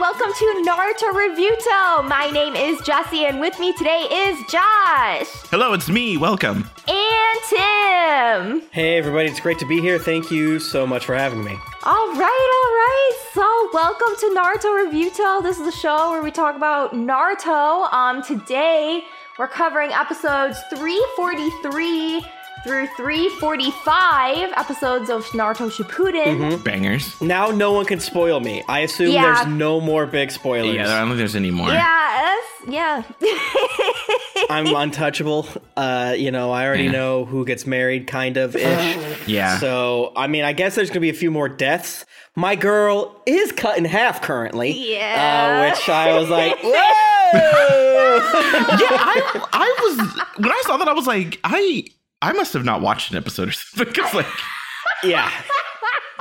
welcome to Naruto Revuto. My name is Jessie, and with me today is Josh Hello, it's me. Welcome. and Tim. Hey, everybody, it's great to be here. Thank you so much for having me. All right, all right. So, welcome to Naruto Revuto. This is the show where we talk about Naruto. Um, today we're covering episodes 343 through 345, episodes of Naruto Shippuden. Bangers. Now, no one can spoil me. I assume Yeah. there's no more big spoilers. Yeah, I don't think there's any more. Yes, yeah. I'm untouchable. Uh, you know, I already Yeah. know who gets married, kind of Uh-huh. ish. Yeah. So, I mean, I guess there's going to be a few more deaths. My girl is cut in half currently. Yeah. Uh, which I was like, whoa! yeah, I, I was when I saw that I was like, I I must have not watched an episode or something because like, yeah.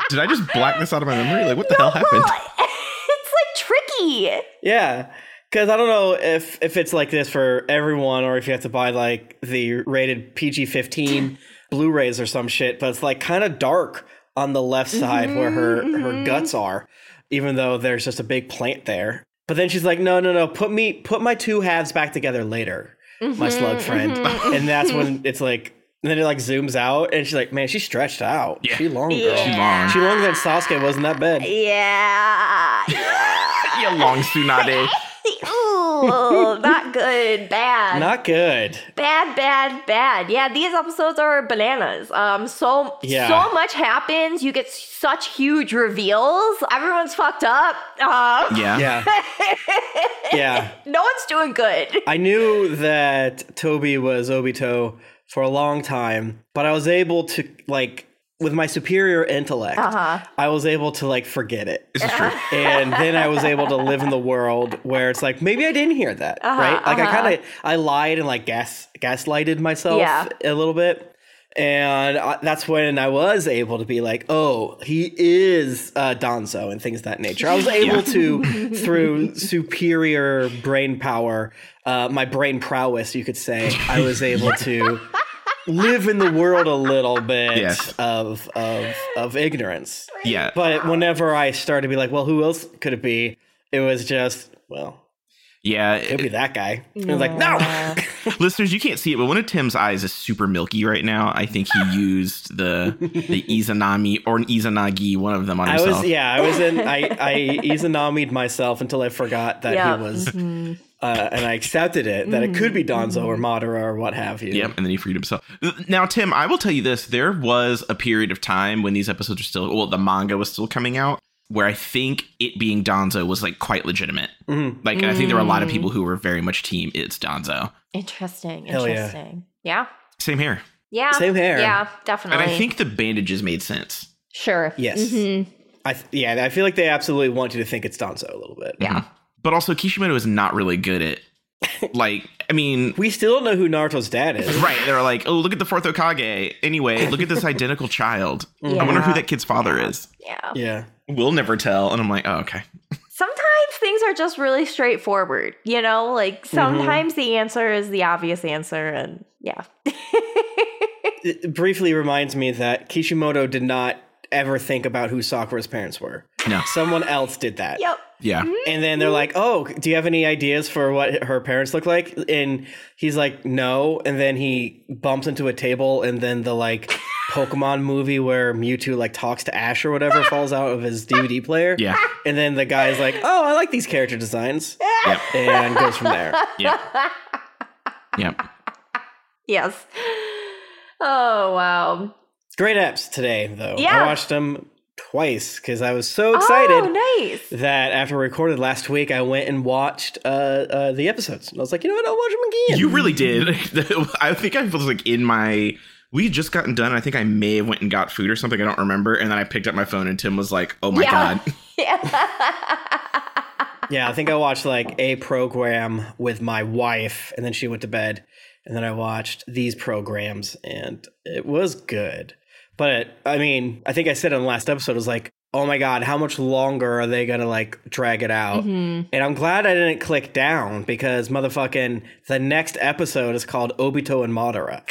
did I just black this out of my memory? Like, what the hell happened? Well, it's like tricky. Yeah. Because I don't know if, if it's like this for everyone or if you have to buy like the rated PG 15 Blu rays or some shit, but it's like kind of dark on the left side where her, her guts are, even though there's just a big plant there. But then she's like, no, no, no, put me, put my two halves back together later, my slug friend. And that's when it's like, and then it like zooms out and she's like, man, she's stretched out. Yeah. She long, girl. She long. She longer than Sasuke was in that bed. Yeah. yeah. you long Tsunade. Ooh, not good. Bad. Not good. bad, bad, bad. Yeah, these episodes are bananas. Um, so Yeah. so much happens. You get such huge reveals. Everyone's fucked up. Um, Yeah. Yeah. yeah. no one's doing good. I knew that Toby was Obito for a long time, but I was able to like with my superior intellect, Uh-huh. I was able to like forget it. This is true. and then I was able to live in the world where it's like maybe I didn't hear that, Uh-huh, right? Like uh-huh. I kind of I lied and like gas gaslighted myself Yeah. a little bit. And I, that's when I was able to be like, oh, he is uh, Donzo and things of that nature. I was able to, through superior brain power, uh, my brain prowess, you could say, I was able to live in the world a little bit Yes. of, of, of ignorance. Yeah. But whenever I started to be like, well, who else could it be? It was just, well, yeah. it'd be that guy. And I was like, no. Listeners, you can't see it, but one of Tim's eyes is super milky right now. I think he used the the Izanami or an Izanagi, one of them on I himself. was, yeah, I was in, I, I Izanami'd myself until I forgot that Yeah. he was, uh, and I accepted it, that it could be Donzo or Madara or what have you. Yep, and then he freed himself. Now, Tim, I will tell you this: there was a period of time when these episodes were still, well, the manga was still coming out, where I think it being Donzo was like quite legitimate. Mhm. Like, I think there were a lot of people who were very much team it's Donzo. Interesting. Hell yeah. Interesting. Yeah. Same here, Yeah. Same here. Yeah, and definitely. I think the bandages made sense. sure. Yes. Mhm. I th- yeah, I feel like they absolutely want you to think it's Donzo a little bit. Yeah. But also, Kishimoto is not really good at, like, I mean. We still don't know who Naruto's dad is. Right, they're like, oh, look at the fourth Okage. Anyway, look at this identical child. I wonder who Yeah. that kid's father is. Yeah. Yeah. We'll never tell. And I'm like, oh, okay. sometimes things are just really straightforward, you know? Like sometimes the answer is the obvious answer and yeah. It briefly reminds me that Kishimoto did not ever think about who Sakura's parents were. No. Someone else did that. Yep. Yeah. And then they're like, "Oh, do you have any ideas for what her parents look like?" And he's like, "No." And then he bumps into a table, and then the like Pokemon movie where Mewtwo like talks to Ash or whatever falls out of his DVD player. Yeah. And then the guy's like, "Oh, I like these character designs," Yep. and goes from there. Yep. Yep. Yes. Oh wow. Great apps today, though. Yeah. I watched them twice because I was so excited. Oh, nice. That after we recorded last week, I went and watched uh, uh, the episodes, and I was like, you know what, I'll watch them again. You really did. I think I was like in my. We had just gotten done. I think I may have went and got food or something. I don't remember. And then I picked up my phone and Tim was like, "Oh my Yeah. god, Yeah, I think I watched like a program with my wife, and then she went to bed, and then I watched these programs, and it was good. But I mean, I think I said in the last episode, it was like, oh my god, how much longer are they gonna like drag Mm-hmm. it out? Mm-hmm. And I'm glad I didn't click down because motherfucking the next episode is called Obito and Madara.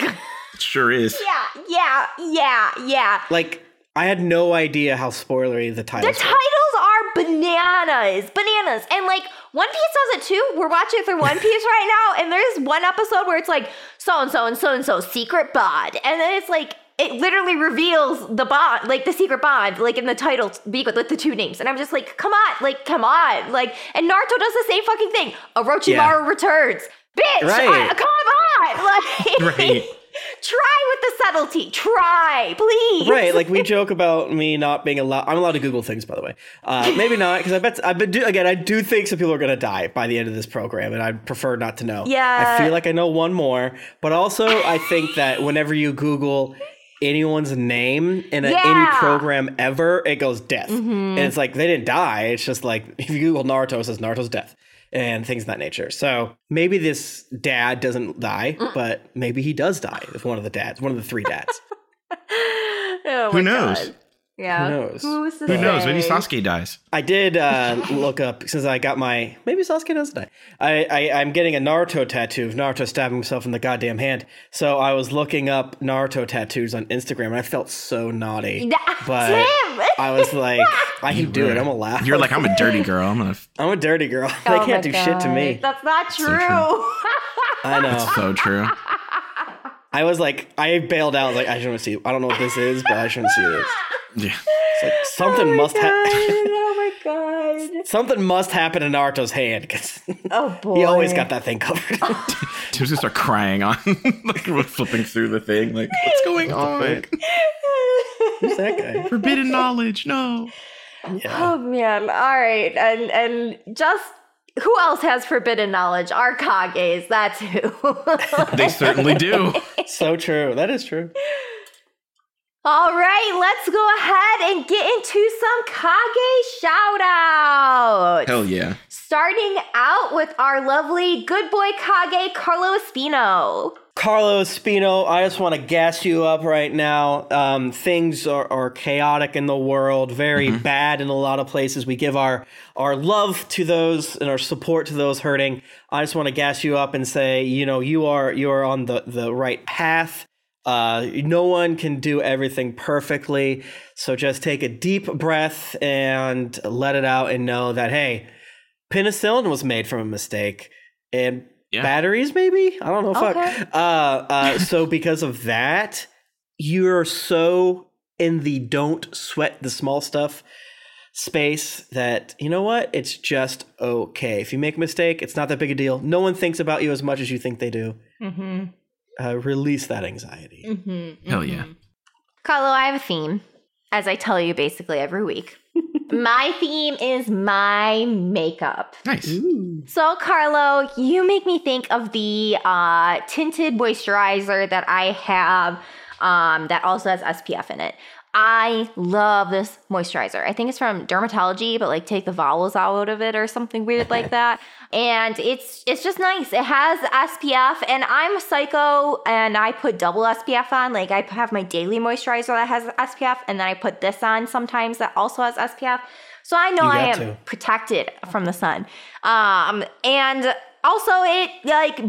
sure is." Yeah, yeah, yeah, yeah. like, I had no idea how spoilery The the title. titles are bananas, bananas, and like One Piece does it too. We're watching through One Piece right now, and there's one episode where it's like so and so and so and so secret bond, and then it's like it literally reveals the bond, like the secret bond, like in the title be- with the two names, and I'm just like, come on, like come on, like, and Naruto does the same fucking thing. Orochimaru Yeah. returns, bitch, Right. I- come on, like. Right. Try with the subtlety. Try, please. Right, like we joke about me not being allowed. I'm allowed to Google things, by the way. Uh, maybe not, because I bet I've been do, again. I do think some people are going to die by the end of this program, and I'd prefer not to know. Yeah. I feel like I know one more, but also I think that whenever you Google anyone's name in a, Yeah. Mm-hmm. any program ever, it goes death, and it's like they didn't die. It's just like if you Google Naruto, it says Naruto's death. And things of that nature. So maybe this dad doesn't die, Mm. but maybe he does die. If one of the dads, one of the three dads. Oh Who my knows? God. Yeah. Who knows? Who's to Who knows? Maybe say? Sasuke dies. I did uh, look up since I got my maybe Sasuke does die. I, I I'm getting a Naruto tattoo of Naruto stabbing himself in the goddamn hand. So I was looking up Naruto tattoos on Instagram and I felt so naughty. That's But him! I was like, I can do it. I'm allowed. You're like, I'm a dirty girl. I'm gonna. I'm a dirty girl. Oh they my can't do shit to God. me. That's not true. true. I know. That's so true. I was like, I bailed out. I was like, I shouldn't see. I don't know what this is, but I shouldn't see this. Yeah. It's like something oh my must God. happen. oh my god. something must happen in Naruto's hand because Oh boy. he always got that thing covered. Tim's gonna start crying on, like we're flipping through the thing. Like, what's going on? Who's that guy? Forbidden knowledge. No. oh man. All right. And and just who else has forbidden knowledge? Our Kages. That's who. They certainly do. So true. That is true. All right, let's go ahead and get into some Kage shout outs. Hell yeah. Starting out with our lovely good boy Kage, Carlo Espino. Carlos Spino, I just want to gas you up right now. Um, things are, are chaotic in the world, very bad in a lot of places. We give our our love to those and our support to those hurting. I just want to gas you up and say, you know, you are you are on the the right path. Uh, no one can do everything perfectly, so just take a deep breath and let it out, and know that hey, penicillin was made from a mistake and Yeah. batteries maybe i don't know fuck Okay. uh, uh so because of that you're so in the don't sweat the small stuff space that you know what it's just okay if you make a mistake it's not that big a deal no one thinks about you as much as you think they do Mm-hmm. uh, release that anxiety Mm-hmm. Hell yeah. Carlo, I have a theme, as I tell you basically every week. my theme is my makeup. Nice. So, Carlo, you make me think of the uh, tinted moisturizer that I have um, that also has SPF in it. I love this moisturizer. I think it's from dermatology, but like take the vowels out of it or something weird like that. And it's it's just nice. It has SPF, and I'm a psycho, and I put double SPF on. Like I have my daily moisturizer that has SPF, and then I put this on sometimes that also has SPF. So I know I You got am to. protected from the sun. Um, and also it like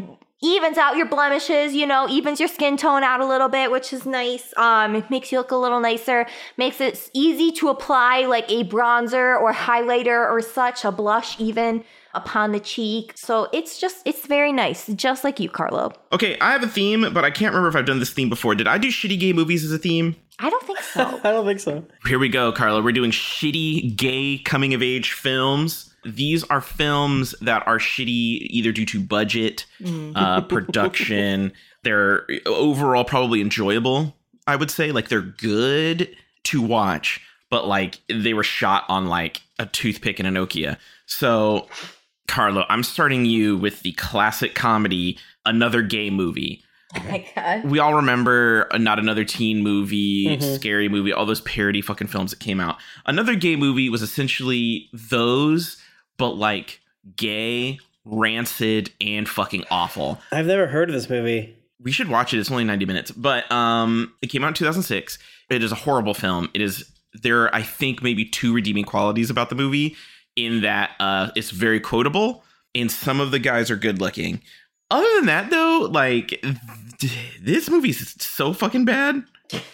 evens out your blemishes, you know, evens your skin tone out a little bit, which is nice. Um, it makes you look a little nicer, makes it easy to apply like a bronzer or highlighter or such, a blush even upon the cheek. So it's just it's very nice, just like you, Carlo. Okay, I have a theme, but I can't remember if I've done this theme before. Did I do shitty gay movies as a theme? I don't think so. i don't think so Here we go, Carla. We're doing shitty gay coming of age films. These are films that are shitty either due to budget, uh, production. They're overall probably enjoyable, I would say. Like they're good to watch, but like they were shot on like a toothpick and a Nokia. So, Carlo, I'm starting you with the classic comedy, another gay movie oh my god. we all remember uh, not another teen movie, Mhm. scary movie, all those parody fucking films that came out. Another gay movie was essentially those, but like gay, rancid, and fucking awful. i've never heard of this movie We should watch it. It's only 90 minutes. But um it came out in 2006. It is a horrible film. It is there are I think maybe two redeeming qualities about the movie in that uh it's very quotable and some of the guys are good looking. Other than that though, like d- this movie's so fucking bad.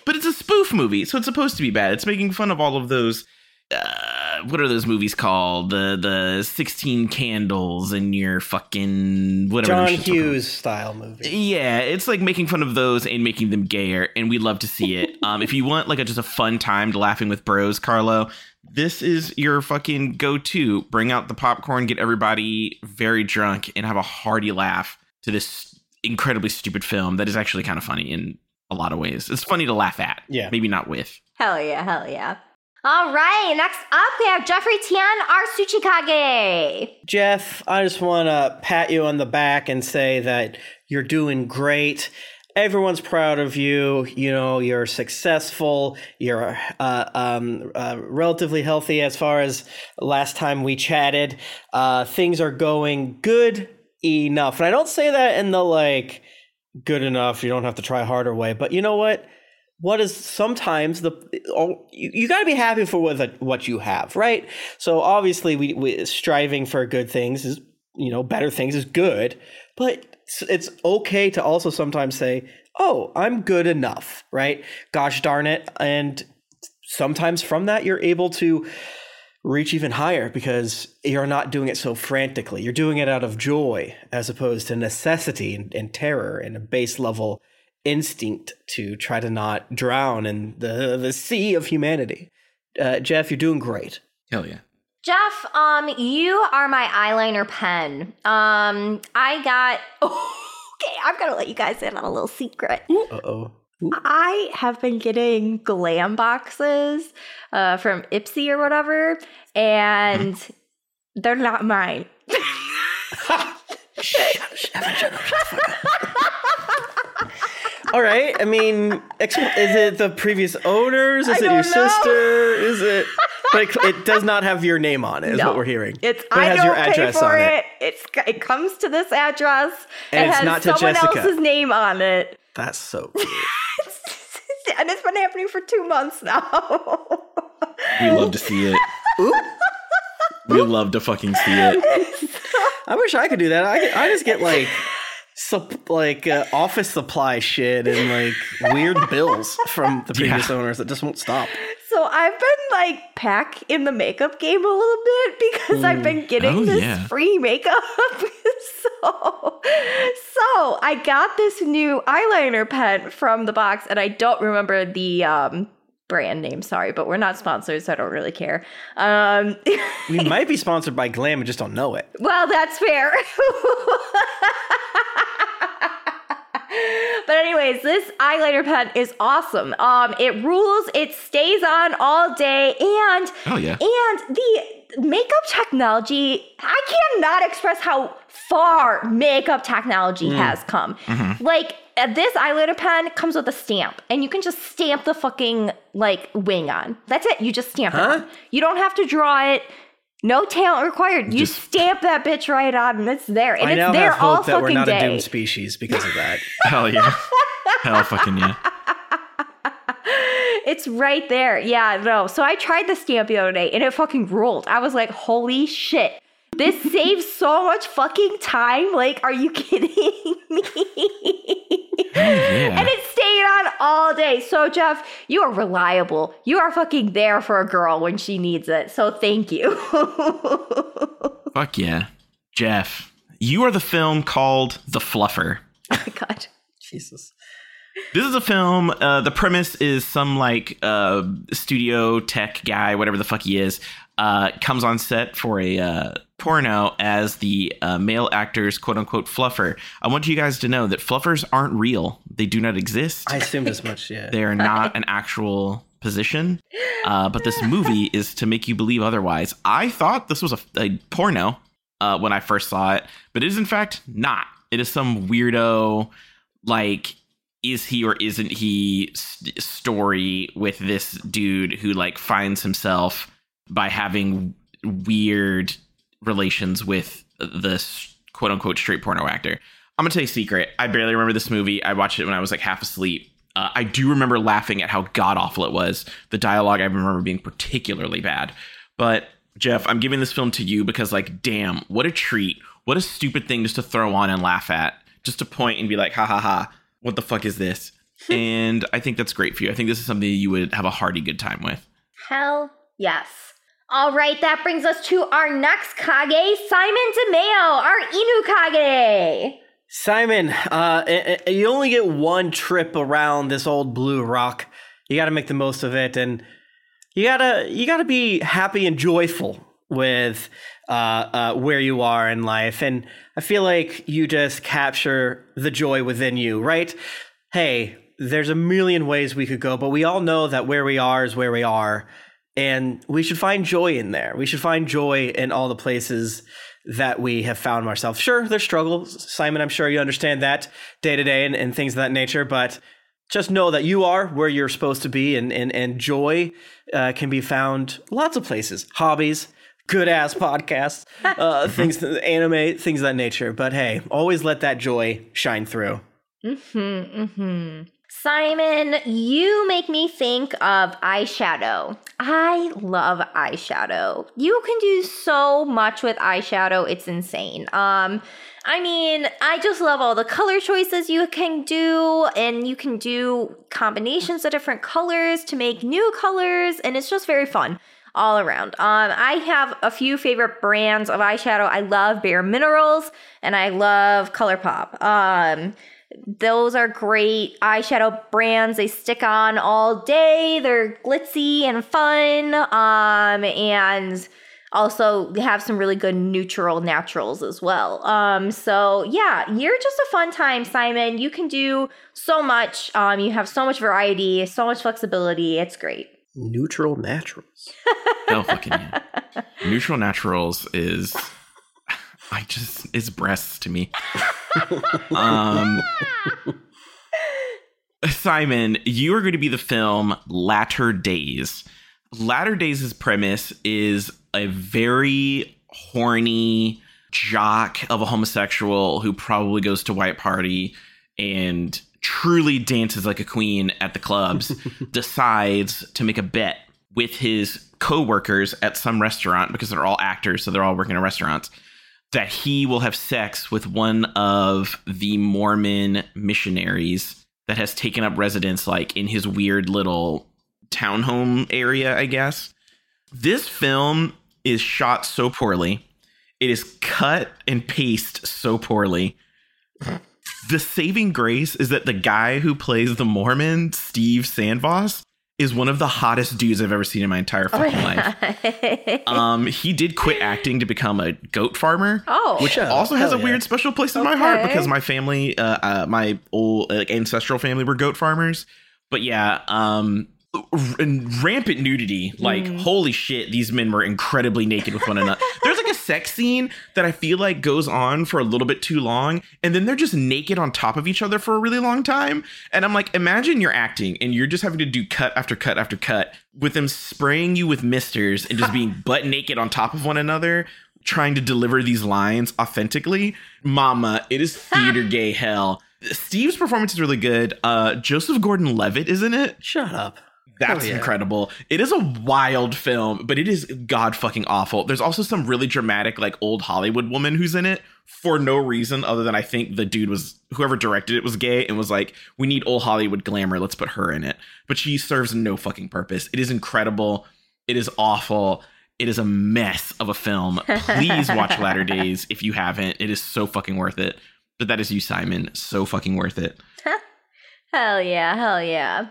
But it's a spoof movie, so it's supposed to be bad. It's making fun of all of those uh, what are those movies called? The the sixteen candles and your fucking whatever. John those shits are called. Hughes style movie. Yeah, it's like making fun of those and making them gayer, and we love to see it. Um, if you want like a, just a fun time to laughing with bros, Carlo, this is your fucking go-to. Bring out the popcorn, get everybody very drunk, and have a hearty laugh to this incredibly stupid film that is actually kind of funny in a lot of ways. It's funny to laugh at, Yeah. maybe not with. Hell yeah, hell yeah. All right, next up we have Jeffrey Tian, our Tsuchikage. Jeff, I just want to pat you on the back and say that you're doing great. Everyone's proud of you. You know, you're successful. You're uh, um, uh, relatively healthy as far as last time we chatted. Uh, things are going good enough. And I don't say that in the like, good enough, you don't have to try harder way. But you know what? what is sometimes the all- you, you got to be happy for what the, what you have, right? So obviously, we, we striving for good things is you know better things is good, but it's, it's okay to also sometimes say, "Oh, I'm good enough," right? Gosh darn it! And sometimes from that, you're able to reach even higher because you're not doing it so frantically. You're doing it out of joy as opposed to necessity and, and terror and a base level instinct to try to not drown in the, the sea of humanity. Uh, Jeff, you're doing great. Hell yeah. Jeff, um, you are my eyeliner pen. Um, I got. okay, I'm gonna let you guys in on a little secret. Uh oh. I have been getting glam boxes uh, from Ipsy or whatever, and they're not mine. All right. I mean, ex- is it the previous owners? Is I it your don't know. sister? Is it? But it, it does not have your name on it. Is No. what we're hearing. It's But it I has don't your pay address for on it. it. It's it comes to this address. And it it's has not to someone Jessica. else's name on it. That's so. Cute. and it's been happening for two months now. We love to see it. we love to fucking see it. I wish I could do that. I, I just get like sup, like uh, office supply shit and like weird bills from the previous Yeah. owners that just won't stop. so I've been like back in the makeup game a little bit because I've been getting Oh, this yeah. free makeup. so, so I got this new eyeliner pen from the box, and I don't remember the um, brand name. Sorry, but we're not sponsored, so I don't really care. Um, We might be sponsored by Glam and just don't know it. Well, that's fair. but anyways, this eyeliner pen is awesome. Um, it rules. It stays on all day, and Oh yeah. and the makeup technology. I cannot express how far makeup Mm. technology has come. Mm-hmm. Like uh, this eyeliner pen comes with a stamp, and you can just stamp the fucking like wing on. That's it. You just stamp it. Huh? On. You don't have to draw it. No talent required. You Just- stamp that bitch right on, and it's there, and I now it's there have all hope that fucking we're not day. a doomed species because of that. Hell yeah. Hell fucking yeah. It's right there. Yeah, no. So I tried the stamp the other day and it fucking rolled. I was like, holy shit. This saves so much fucking time. Like, are you kidding me? Yeah. And it stayed on all day. So, Jeff, you are reliable. You are fucking there for a girl when she needs it. So, thank you. oh Fuck yeah. Jeff, you are the film called The Fluffer. my God. Jesus. This is a film. Uh, the premise is some like uh, studio tech guy, whatever the fuck he is, uh, comes on set for a uh, porno as the uh, male actor's quote unquote fluffer. I want you guys to know that fluffers aren't real, they do not exist. I assumed as much, yeah. They are not an actual position, uh, but this movie is to make you believe otherwise. I thought this was a, a porno uh, when I first saw it, but it is in fact not. It is some weirdo, like, is he or isn't he st- story with this dude who, like, finds himself by having weird relations with this quote unquote straight porno actor. I'm gonna tell you a secret. I barely remember this movie. I watched it when I was like half asleep. Uh, I do remember laughing at how god awful it was. The dialogue I remember being particularly bad. But Jeff, I'm giving this film to you because, like, damn, what a treat! What a stupid thing just to throw on and laugh at, just to point and be like, ha ha ha, what the fuck is this? and I think that's great for you. I think this is something you would have a hearty good time with. Hell yes. All right, that brings us to our next Kage, Simon DeMeo, our Inu Kage. Simon, uh, i- i- you only get one trip around this old blue rock. You got to make the most of it, and you gotta you gotta be happy and joyful with uh, uh, where you are in life. And I feel like you just capture the joy within you, right? Hey, there's a million ways we could go, but we all know that where we are is where we are, and we should find joy in there. We should find joy in all the places that we have found ourselves. Sure, there's struggles, Simon. I'm sure you understand that day to day and and things of that nature, but just know that you are where you're supposed to be and and, and joy uh, can be found lots of places hobbies good ass podcasts uh, things anime things of that nature but hey always let that joy shine through hmm Simon, you make me think of eyeshadow. I love eyeshadow. You can do so much with eyeshadow, it's insane. Um, I mean, I just love all the color choices you can do, and you can do combinations of different colors to make new colors, and it's just very fun all around. Um, I have a few favorite brands of eyeshadow. I love Bare Minerals, and I love ColourPop. Um, those are great eyeshadow brands. They stick on all day. They're glitzy and fun. Um, and also have some really good neutral naturals as well. Um, so yeah, you're just a fun time, Simon. You can do so much. Um, you have so much variety, so much flexibility. It's great. neutral naturals Hell fucking yeah. Neutral Naturals is I just it's breasts to me. um Simon, you are going to be the film Latter Days. Latter Days' premise is a very horny jock of a homosexual who probably goes to white party and truly dances like a queen at the clubs, decides to make a bet with his co-workers at some restaurant because they're all actors, so they're all working in restaurants that he will have sex with one of the Mormon missionaries that has taken up residence like in his weird little townhome area, I guess. This film is shot so poorly. It is cut and paced so poorly. The saving grace is that the guy who plays the Mormon, Steve Sandvoss, is one of the hottest dudes I've ever seen in my entire Oh, fucking life. Um, he did quit acting to become a goat farmer oh, which Sure. also has a Hell yeah. weird special place in my heart Okay. because my family, uh, uh, my old like, ancestral family were goat farmers. But yeah, um, r- and rampant nudity. Like Mm. holy shit, these men were incredibly naked with one another. There's like a sex scene that I feel like goes on for a little bit too long, and then they're just naked on top of each other for a really long time. And I'm like, imagine you're acting and you're just having to do cut after cut after cut with them spraying you with misters and just being butt naked on top of one another, trying to deliver these lines authentically. Mama, it is theater gay hell. Steve's performance is really good. Uh, Joseph Gordon Levitt, isn't it? shut up That's Oh, yeah. incredible. It is a wild film, but it is god fucking awful. There's also some really dramatic, like old Hollywood woman who's in it for no reason other than I think the dude was whoever directed it was gay and was like, we need old Hollywood glamour. Let's put her in it. But she serves no fucking purpose. It is incredible. It is awful. It is a mess of a film. Please watch Latter Days if you haven't. It is so fucking worth it. But that is you, Simon. So fucking worth it. Hell yeah, hell yeah.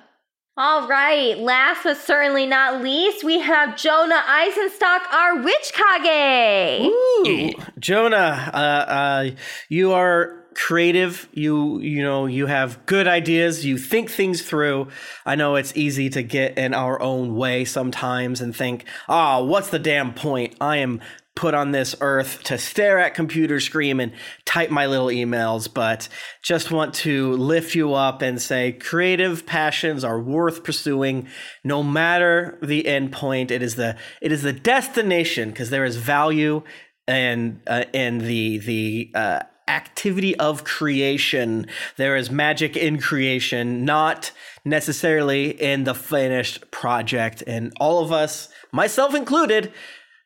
All right, last but certainly not least, we have Jonah Eisenstock, our Witch Kage. Ooh, E, Jonah, uh, uh, you are creative. You you know you have good ideas. You think things through. I know it's easy to get in our own way sometimes and think, ah, what's the damn point? I am put on this earth to stare at computer screen and type my little emails but just want to lift you up and say creative passions are worth pursuing no matter the end point it is the it is the destination because there is value and uh, and the the uh, activity of creation. There is magic in creation, not necessarily in the finished project. And all of us, myself included,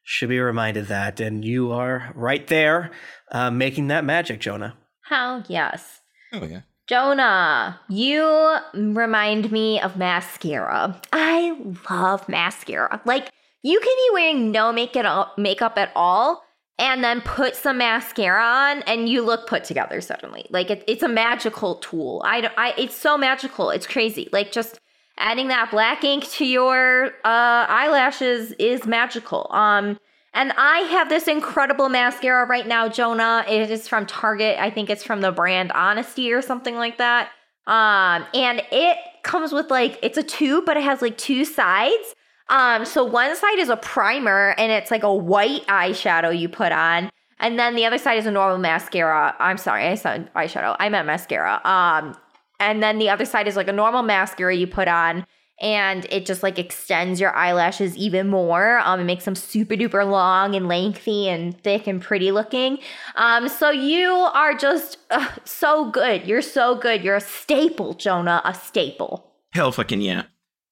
should be reminded that. And you are right there, uh, making that magic, Jonah. Hell yes. Oh, yeah. Jonah, you remind me of mascara. I love mascara. Like, You can be wearing no make at all, makeup at all and then put some mascara on and you look put together suddenly. Like it, it's a magical tool. I, don't- I it's so magical. It's crazy. Like just adding that black ink to your uh, eyelashes is magical. Um and I have this incredible mascara right now, Jonah. It is from Target. I think it's from the brand Honesty or something like that. Um, and it comes with like it's a tube, but it has like two sides. Um, so one side is a primer and it's like a white eyeshadow you put on, and then the other side is a normal mascara. I'm sorry, I said eyeshadow. I meant mascara. Um, and then the other side is like a normal mascara you put on and it just like extends your eyelashes even more. Um, it makes them super duper long and lengthy and thick and pretty looking. Um, so you are just uh, so good. You're so good. You're a staple, Jonah. A staple. Hell fucking yeah.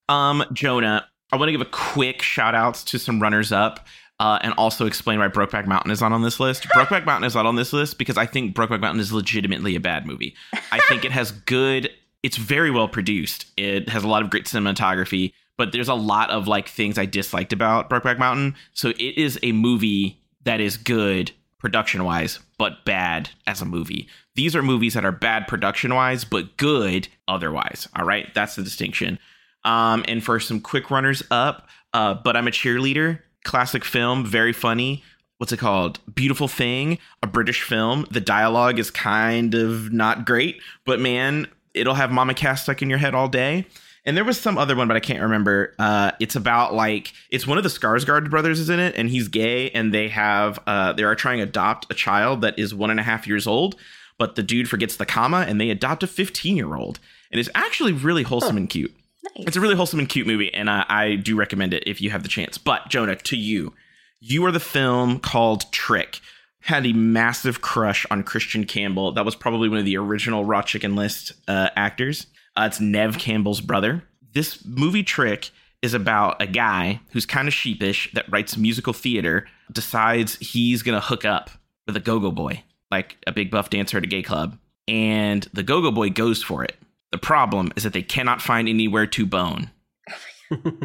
Um, Jonah, I want to give a quick shout outs to some runners up. Uh, and also explain why Brokeback Mountain is not on this list. Brokeback Mountain is not on this list because I think Brokeback Mountain is legitimately a bad movie. I think it has good, it's very well produced. It has a lot of great cinematography, but there's a lot of like things I disliked about Brokeback Mountain. So it is a movie that is good production wise, but bad as a movie. These are movies that are bad production wise, but good otherwise. All right, that's the distinction. Um, and for some quick runners up, uh, but I'm a cheerleader. Classic film, very funny. What's it called? Beautiful Thing, a British film. The dialogue is kind of not great, but man, it'll have Mama Cass stuck in your head all day. And there was some other one, but I can't remember. Uh, it's about like it's one of the Skarsgård brothers is in it, and he's gay, and they have uh, they are trying to adopt a child that is one and a half years old, but the dude forgets the comma, and they adopt a fifteen year old, and it's actually really wholesome and cute. It's a really wholesome and cute movie, and I, I do recommend it if you have the chance. But Jonah, to you, you are the film called Trick. Had a massive crush on Christian Campbell. That was probably one of the original Raw Chicken List uh, actors. Uh, it's Nev Campbell's brother. This movie Trick is about a guy who's kind of sheepish that writes musical theater, decides he's going to hook up with a go go boy, like a big buff dancer at a gay club. And the go go boy goes for it. The problem is that they cannot find anywhere to bone.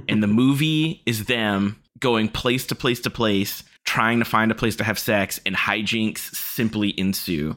and the movie is them going place to place to place, trying to find a place to have sex, and hijinks simply ensue.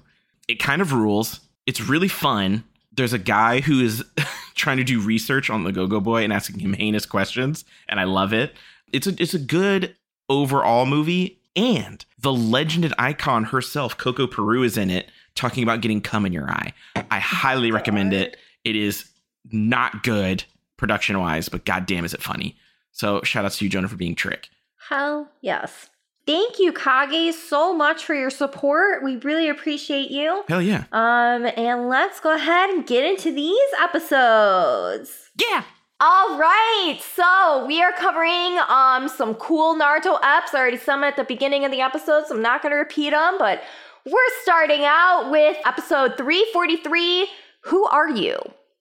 It kind of rules. It's really fun. There's a guy who is trying to do research on the Go Go Boy and asking him heinous questions, and I love it. It's a it's a good overall movie, and the legended icon herself, Coco Peru, is in it, talking about getting cum in your eye. I highly recommend it. It is not good production wise, but goddamn is it funny. So shout out to you, Jonah, for being Trick. Hell yes. Thank you, Kage, so much for your support. We really appreciate you. Hell yeah. Um, and let's go ahead and get into these episodes. Yeah. All right, so we are covering um some cool Naruto eps. I already some at the beginning of the episode, so I'm not going to repeat them. But we're starting out with episode 343. Who are you?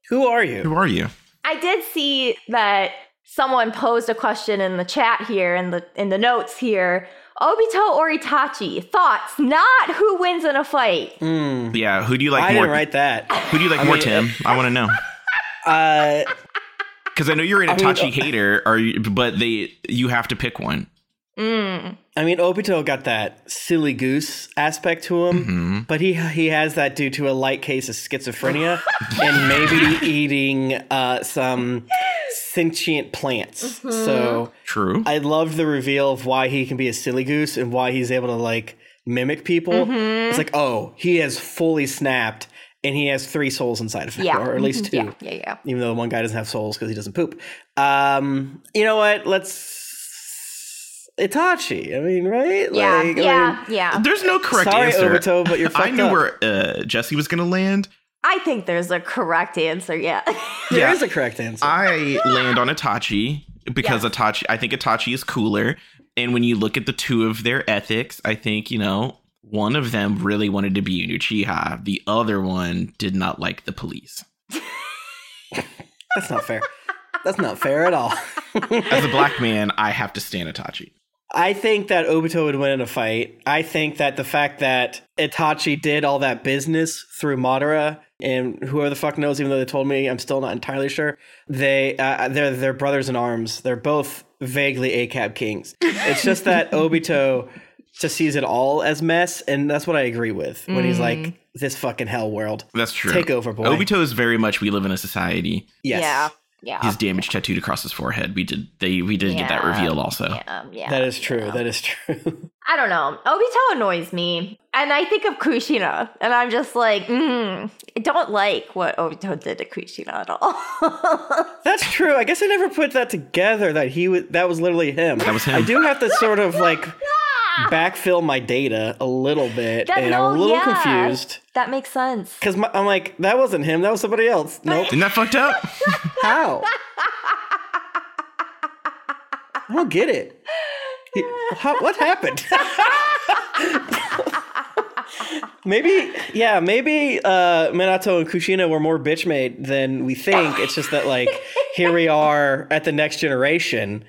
Who are you? Who are you? I did see that someone posed a question in the chat here in the in the notes here. Obito or Itachi? Thoughts? Not who wins in a fight. Hmm. Yeah. Who do you like I more? didn't write that. Who do you like I more, mean- Tim? I want to know Uh, because I know you're an I mean- uh, Itachi hater, or you- but they you have to pick one. Mm. I mean, Obito got that silly goose aspect to him, Mm, but he he has that due to a light case of schizophrenia and maybe eating uh, some sentient plants. Mm-hmm. So True. I loved the reveal of why he can be a silly goose and why he's able to like mimic people. Mm-hmm. It's like, oh, he has fully snapped and he has three souls inside of him, Yeah. Mm-hmm. or at least two Yeah, yeah, yeah. even though one guy doesn't have souls because he doesn't poop. Um, you know what? Let's Itachi. I mean, right? Yeah, Like, I yeah, mean, yeah. There's no correct sorry, answer. Obito, but you're I fucked knew up. where uh, Jesse was gonna land. I think there's a correct answer, yeah. there Yeah. is a correct answer. I land on Itachi because Itachi. I think Itachi is cooler. And when you look at the two of their ethics, I think you know one of them really wanted to be an Uchiha. The other one did not like the police. That's not fair. That's not fair at all. As a black man, I have to stand Itachi. I think that Obito would win in a fight. I think that the fact that Itachi did all that business through Madara and whoever the fuck knows, even though they told me, I'm still not entirely sure. They uh, they're they're brothers in arms. They're both vaguely ACAB Kings. It's just that Obito just sees it all as mess, and that's what I agree with when he's like, "This fucking hell world." That's Mm. true. Take over, boy. Obito is very much we live in a society. Yes, Yeah. Yeah. His damage tattooed across his forehead. We did they we did get that Yeah. reveal also. yeah. Um, Yeah. that is true. That is true. I don't know. Obito annoys me. And I think of Kushina. And I'm just like, mm, I don't like what Obito did to Kushina at all. that's true. I guess I never put that together. That he was. That was literally him. That was I him. do have to sort of like backfill my data a little bit, That- and no, I'm a little yeah. confused. that makes sense. Because I'm like, that wasn't him. That was somebody else. Nope. Isn't that fucked up? How? I don't get it. He- how- what happened? maybe, yeah, maybe uh, Minato and Kushina were more bitch made than we think. It's just that, like, here we are at the next generation.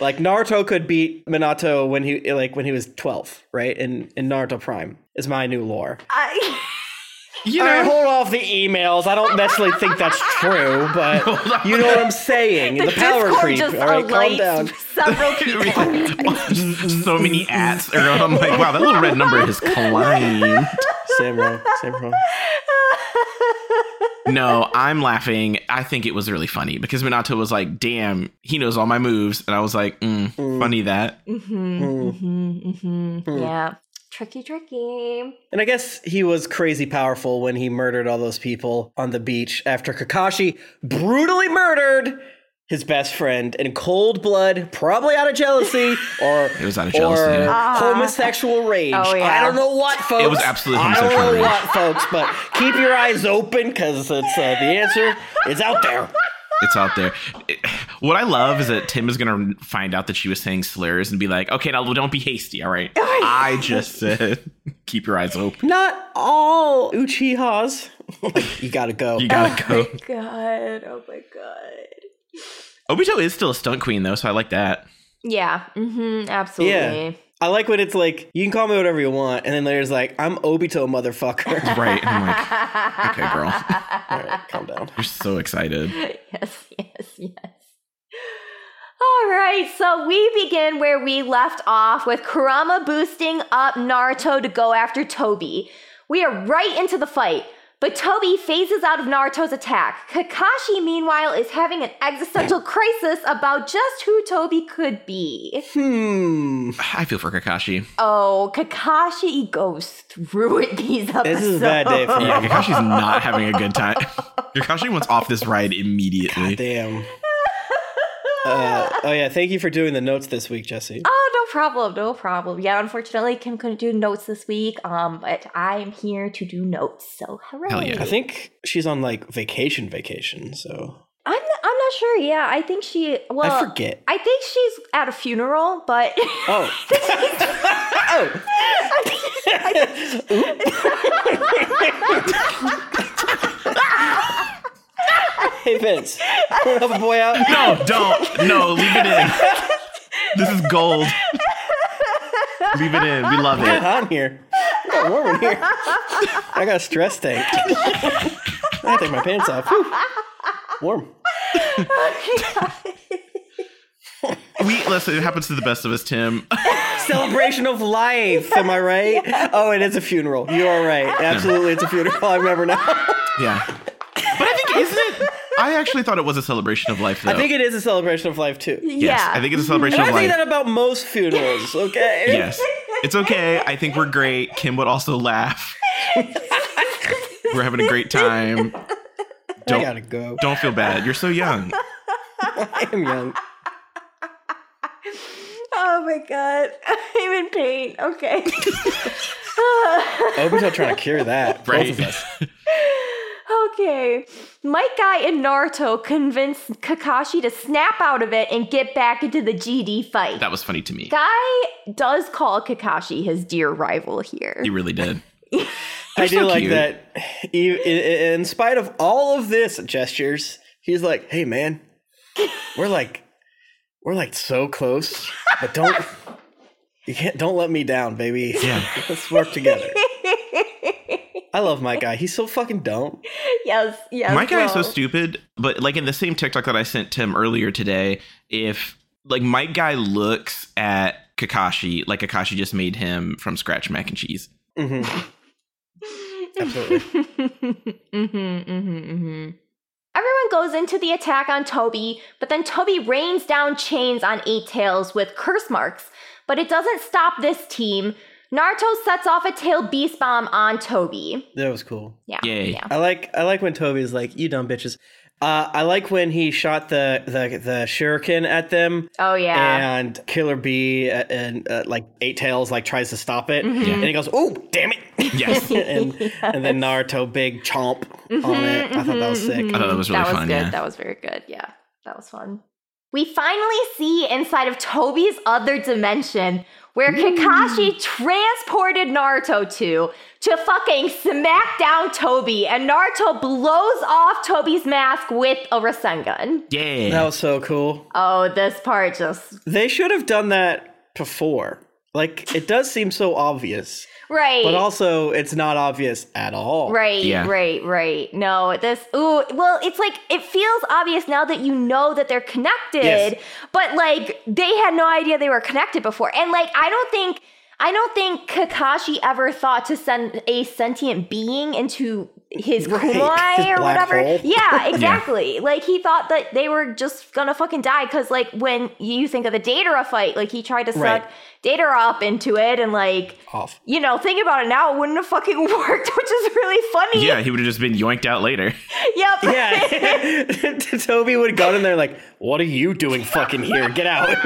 Like Naruto could beat Minato when he like when he was twelve, right? In in Naruto Prime is my new lore. I, You All know, right, hold off the emails. I don't necessarily think that's true, but you know what I'm saying. The, power Discord creep. just All right, calm alights down. several people. so many ats are I'm like, wow, that little red number has climbed. Same wrong. Same wrong. No, I'm laughing. I think it was really funny because Minato was like, damn, he knows all my moves. And I was like, mm, funny that. mm-hmm, Hmm. yeah. Tricky, tricky. And I guess he was crazy powerful when he murdered all those people on the beach after Kakashi brutally murdered his best friend in cold blood, probably out of jealousy or it was out of jealousy, or yeah. homosexual rage. Ah. Oh, yeah. I don't know what, folks. was absolute I don't know homosexual rage. what, folks. But keep your eyes open because it's uh, the answer is out there. It's out there. What I love is that Tim is going to find out that she was saying slurs and be like, okay, now don't be hasty. All right. I just said, keep your eyes open. Not all Uchihas. you gotta go. You gotta go. God. Oh my God. Obito is still a stunt queen, though, so I like that. Yeah. Mm-hmm, absolutely. yeah. I like when it's like, you can call me whatever you want, and then later it's like, I'm Obito, motherfucker. Right. And I'm like, okay, girl. All right, calm down. You're so excited. yes, yes, yes. All right, so we begin where we left off with Kurama boosting up Naruto to go after Toby. We are right into the fight, but Toby phases out of Naruto's attack. Kakashi, meanwhile, is having an existential crisis about just who Toby could be. Hmm. I feel for Kakashi. Oh, Kakashi goes through it these episodes. This is a bad day for Yeah, him. Kakashi's not having a good time. Kakashi wants off this ride immediately. Damn. Uh, oh, yeah. Thank you for doing the notes this week, Jesse. Oh, no problem, no problem. Yeah, unfortunately, Kim couldn't do notes this week, um, but I'm here to do notes, so hooray. Hell yeah. I think she's on like vacation, vacation. So I'm, I'm not sure, yeah, I think she, well, I forget. I think she's at a funeral, but Oh. oh. hey, Vince. Want to help a boy out? No, don't. No, leave it in. This is gold. Leave it in. We love It's it. hot in here. It's got warm in here. I got a stress tank. I gotta take my pants off. Whew. Warm. Oh. We listen. It happens to the best of us, Tim. Celebration of life. Am I right? Oh, it is a funeral. You are right. Absolutely, it's a funeral. I remember now. Yeah, but I think isn't it? I actually thought it was a celebration of life, though. I think it is a celebration of life too. yes, yeah. I think it's a celebration I of think life. that about most funerals. Okay. Yes, it's okay. I think we're great. Kim would also laugh. We're having a great time. I gotta Don't go. don't feel bad. You're so young. I am young. oh my god, I'm in pain. Okay. Obito trying to cure that. Both Right. of us. Okay. Mike Guy and Naruto convince Kakashi to snap out of it and get back into the GD fight. That was funny to me. Guy does call Kakashi his dear rival here. He really did. I do so like cute. that. e- i- i- In spite of all of this gestures, he's like, "Hey, man, we're like, we're like so close, but don't you can't don't let me down, baby. Yeah. let's work together." I love my guy. He's so fucking dumb. yes, yes. My guy is so well. stupid, but like in the same TikTok that I sent Tim earlier today, if like my guy looks at Kakashi like Kakashi just made him from scratch mac and cheese. Mhm. Absolutely. mm-hmm, mm-hmm, mm-hmm. Everyone goes into the attack on Toby, but then Toby rains down chains on Eight Tails with curse marks. But it doesn't stop this team. Naruto sets off a tail beast bomb on Toby. That was cool. Yeah. Yay. Yeah. I like I like when Toby's like, "You dumb bitches." Uh, I like when he shot the the, the shuriken at them. Oh, yeah. And Killer B uh, and uh, like Eight Tails like tries to stop it, Mhm. and he goes, "Oh, damn it!" Yes. and and then Naruto big chomp Mm-hmm, on it. I thought that was sick. I thought that was really that was fun, good. yeah. That was very good. Yeah, that was fun. We finally see inside of Toby's other dimension where Hmm. Kakashi transported Naruto to to fucking smack down Toby, and Naruto blows off Toby's mask with a Rasengan. Yeah. That was so cool. Oh, this part just They should have done that before. Like it does seem so obvious, right. but also it's not obvious at all. Right, Yeah. right, right. No, this ooh, well, it's like it feels obvious now that you know that they're connected, Yes. but like they had no idea they were connected before. And like I don't think I don't think Kakashi ever thought to send a sentient being into his Right, kumai his or black whatever. hole. Yeah, exactly. Like he thought that they were just gonna fucking die because like when you think of the Datara fight, like he tried to suck Right. Datara up into it and like Off. you know, think about it now, it wouldn't have fucking worked, which is really funny. Yeah, he would have just been yoinked out later. Yep. Yeah, Toby would have gone in there like, "What are you doing, fucking here? Get out!"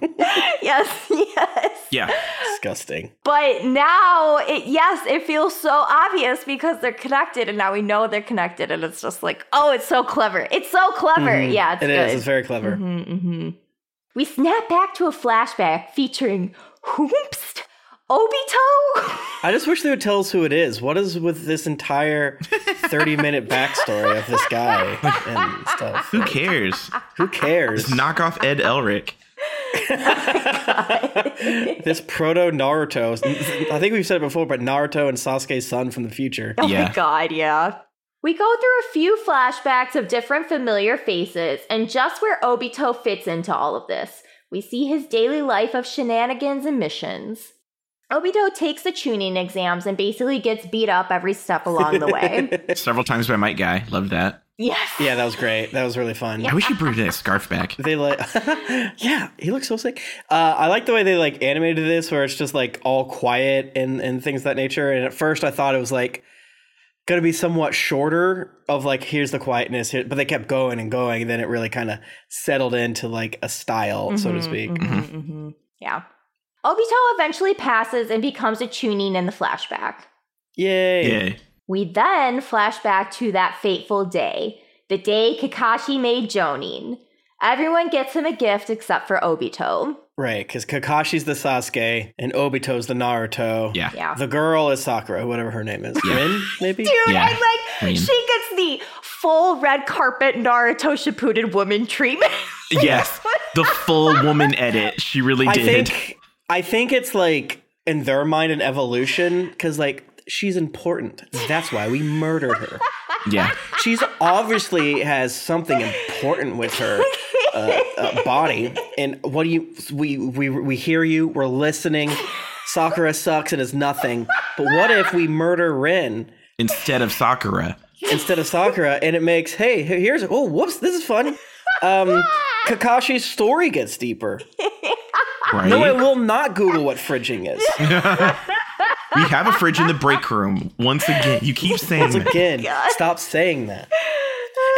yes. Yes. Yeah. Disgusting. But now, it, yes, it feels so obvious because they're connected, and now we know they're connected, and it's just like, oh, it's so clever. It's so clever. Yeah, it's Mm-hmm. It is. good. It's very clever. we snap back to a flashback featuring Hoomst Obito. I just wish they would tell us who it is. What is with this entire thirty-minute backstory of this guy and stuff? Who cares? Who cares? Knock off Ed Elric. this proto Naruto. I think we've said it before, but Naruto and Sasuke's son from the future. Oh Yeah. my god, yeah. We go through a few flashbacks of different familiar faces and just where Obito fits into all of this. We see his daily life of shenanigans and missions. Obito takes the tuning exams and basically gets beat up every step along the way. Several times by Mike Guy. Loved that. yes. Yeah, that was great. That was really fun. I wish he brought that scarf back. They like, yeah, he looks so sick. Uh, I like the way they like animated this, where it's just like all quiet and and things of that nature. And at first, I thought it was like gonna be somewhat shorter of like here's the quietness here, but they kept going and going, and then it really kind of settled into like a style, so to Mhm, speak. Mm-hmm. mhm, mhm. Yeah. Obito eventually passes and becomes a tuning in the flashback. Yay! Yeah. We then flash back to that fateful day, the day Kakashi made Jonin. Everyone gets him a gift except for Obito. Right, because Kakashi's the Sasuke and Obito's the Naruto. Yeah. Yeah. The girl is Sakura, whatever her name is. Yeah. Rin, maybe. Dude, Yeah. and like, Green. she gets the full red carpet Naruto Shippuden woman treatment. Yes. The full woman edit. She really I did. think I think it's like in their mind an evolution because like she's important. That's why we murdered her. Yeah. She's obviously has something important with her uh, uh, body. And what do you? We we we hear you. We're listening. Sakura sucks and is nothing. But what if we murder Rin? Instead of Sakura. instead of Sakura, and it makes hey here's oh whoops this is fun. Um, Kakashi's story gets deeper. Right. No, I will not Google what fridging is. we have a fridge in the break room. Once again. You keep saying that. Again, stop saying that.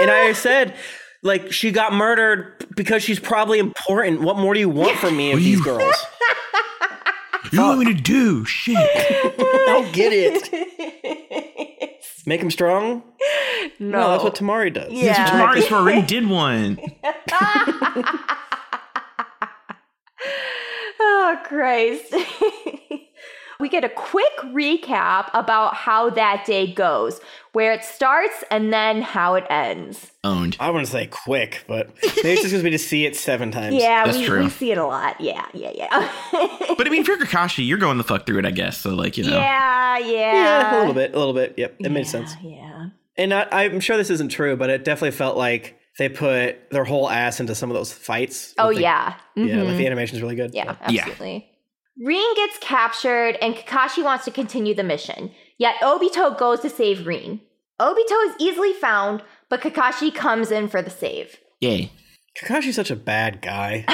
And I said, like she got murdered because she's probably important. What more do you want from me of What do these you- girls? You want me to do shit. I'll get it. Make him strong. No, No, that's what Tamari does. Yeah. Tomorrow's for already did one. oh Christ. we get a quick recap about how that day goes, where it starts and then how it ends. Owned. I wouldn't say quick, but maybe it's just because we just see it seven times. Yeah, That's we, true. we see it a lot. Yeah, yeah, yeah. But I mean, if you're Kakashi, you're going the fuck through it, I guess. So, like, you know. Yeah, yeah. Yeah, a little bit, a little bit. Yep, it made sense. Yeah. And I, I'm sure this isn't true, but it definitely felt like they put their whole ass into some of those fights. Oh Like, yeah. yeah. Like Mhm. the animation's really good. Yeah, Yeah. absolutely. Rin gets captured and Kakashi wants to continue the mission. Yet Obito goes to save Rin. Obito is easily found, but Kakashi comes in for the save. Yay. Kakashi's such a bad guy.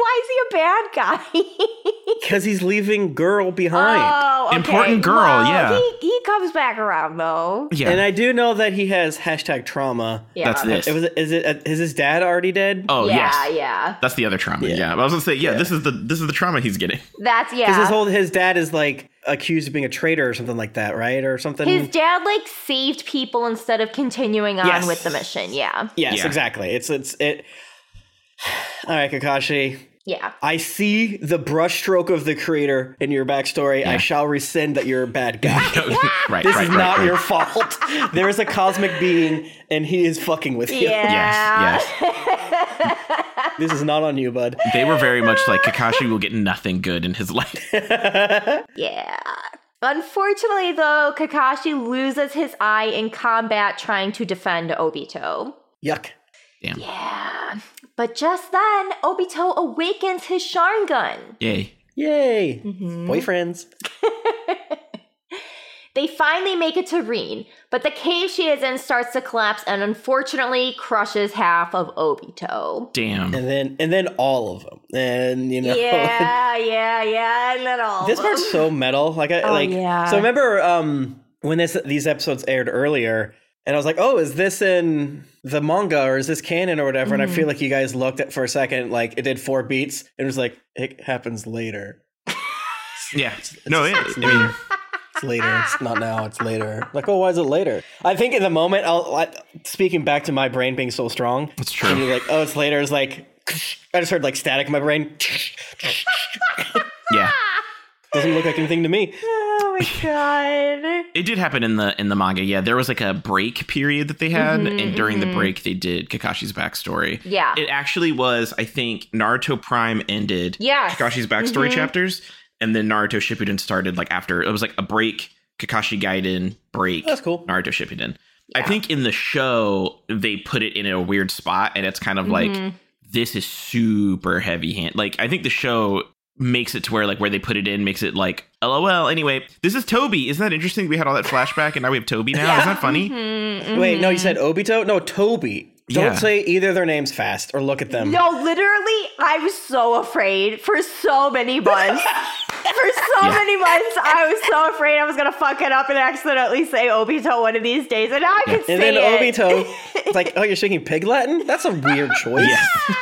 Why is he a bad guy? Because he's leaving girl behind. Oh, okay. Important girl, Well, yeah. He, he comes back around though. Yeah. And I do know that he has hashtag trauma. Yeah. That's this. It was is it uh, is his dad already dead? oh yeah, yes. yeah. That's the other trauma. Yeah. Yeah. I was gonna say, yeah, this is the this is the trauma he's getting. That's yeah. Because his whole his dad is like accused of being a traitor or something like that, right? Or something. His dad like saved people instead of continuing on Yes. with the mission. Yeah. yes, Yeah. exactly. It's it's it. All right, Kakashi. Yeah. I see the brushstroke of the creator in your backstory. I Yeah. shall rescind that you're a bad guy. right, This right, right, is not right. your fault. There is a cosmic being, and he is fucking with you. Yeah. Yes, This is not on you, bud. They were very much like Kakashi will get nothing good in his life. Yeah. Unfortunately, though, Kakashi loses his eye in combat trying to defend Obito. Yuck. Damn. Yeah. But just then, Obito awakens his Sharingan. Yay. Yay. Mhm. Boyfriends. They finally make it to Rin, but the cave she is in starts to collapse and unfortunately crushes half of Obito. Damn. And then and then all of them. And you know Yeah, yeah, yeah, and then all. this of them. part's so metal. Like I Oh, like yeah. so remember um when this these episodes aired earlier and I was like, "Oh, is this in the manga or is this canon or whatever?" And I Mm-hmm. feel like you guys looked at for a second like it did four beats and it was like, "It happens later. Yeah. No, it, I later. mean, It's later. It's not now. It's later." Like, "Oh, why is it later?" I think in the moment I'll I, speaking back to my brain being so strong. it's And true. you're like, "Oh, it's later." It's like I just heard like static in my brain. Yeah. Doesn't look like anything to me. Oh my god. It did happen in the in the manga. Yeah, there was like a break period that they had, Mhm, and during mhm. the break they did Kakashi's backstory. Yeah. It actually was, I think, Naruto Prime ended Yes. Kakashi's backstory Mhm. chapters, and then Naruto Shippuden started like after it was like a break, Kakashi Gaiden break, That's cool. Naruto Shippuden. I Yeah. think in the show they put it in a weird spot, and it's kind of like Mhm. this is super heavy hand. Like I think the show makes it to where like where they put it in makes it like lol. Anyway, this is Toby. Isn't that interesting? We had all that flashback, and now we have Toby now. Isn't that funny? Mhm, mhm. Wait, no, you said Obito? No, Toby. Don't Yeah. say either their names fast or look at them. No, literally, I was so afraid for so many months. for so Yeah. many months, I was so afraid I was gonna fuck it up and accidentally say Obito one of these days, and now I can say And then it. Obito, it's like, oh, you're speaking pig Latin? That's a weird choice. Yeah.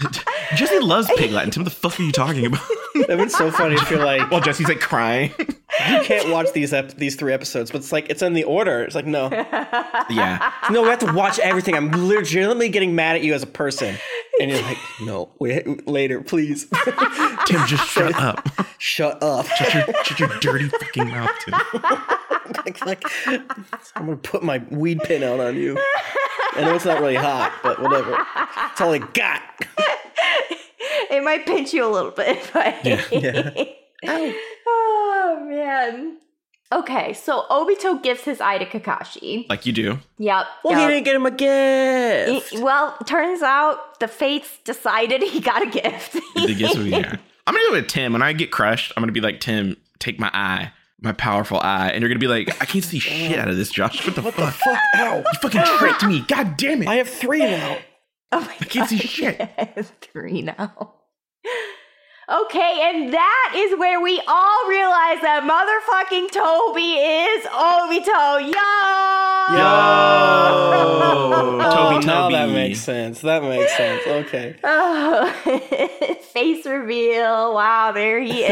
Jesse loves pig Latin. What the fuck are you talking about? That would be so funny if you're like, well, Jesse's like crying. you can't watch these ep- these three episodes, but it's like, it's in the order. It's like, no. yeah. No, we have to watch everything. I'm legitimately getting mad at you as a person. And you're like, no, wait, later, please. Tim, just shut up. Shut up. Shut your, shut your dirty fucking mouth, Tim. like, like, I'm gonna put my weed pin out on you. I know it's not really hot, but whatever. It's all I got. It might pinch you a little bit, but Yeah. oh man. Okay, so Obito gives his eye to Kakashi. Like you do. Yep. Well, yep. he didn't get him a gift. He- well, turns out the fates decided he got a gift. The gifts we got. I'm gonna go with Tim. When I get crushed, I'm gonna be like, Tim, take my eye, my powerful eye, and you're gonna be like, I can't see shit out of this, Josh. What the what the fuck? fuck? Ow! You fucking tricked me. God damn it. I I, have three now. oh my god. can't see shit. three now. Okay, and that is where we all realize that motherfucking Toby is Obito. Yo! Yo, Toby, now that Toby. makes sense. That makes sense. Okay. Oh, face reveal. Wow, there he is.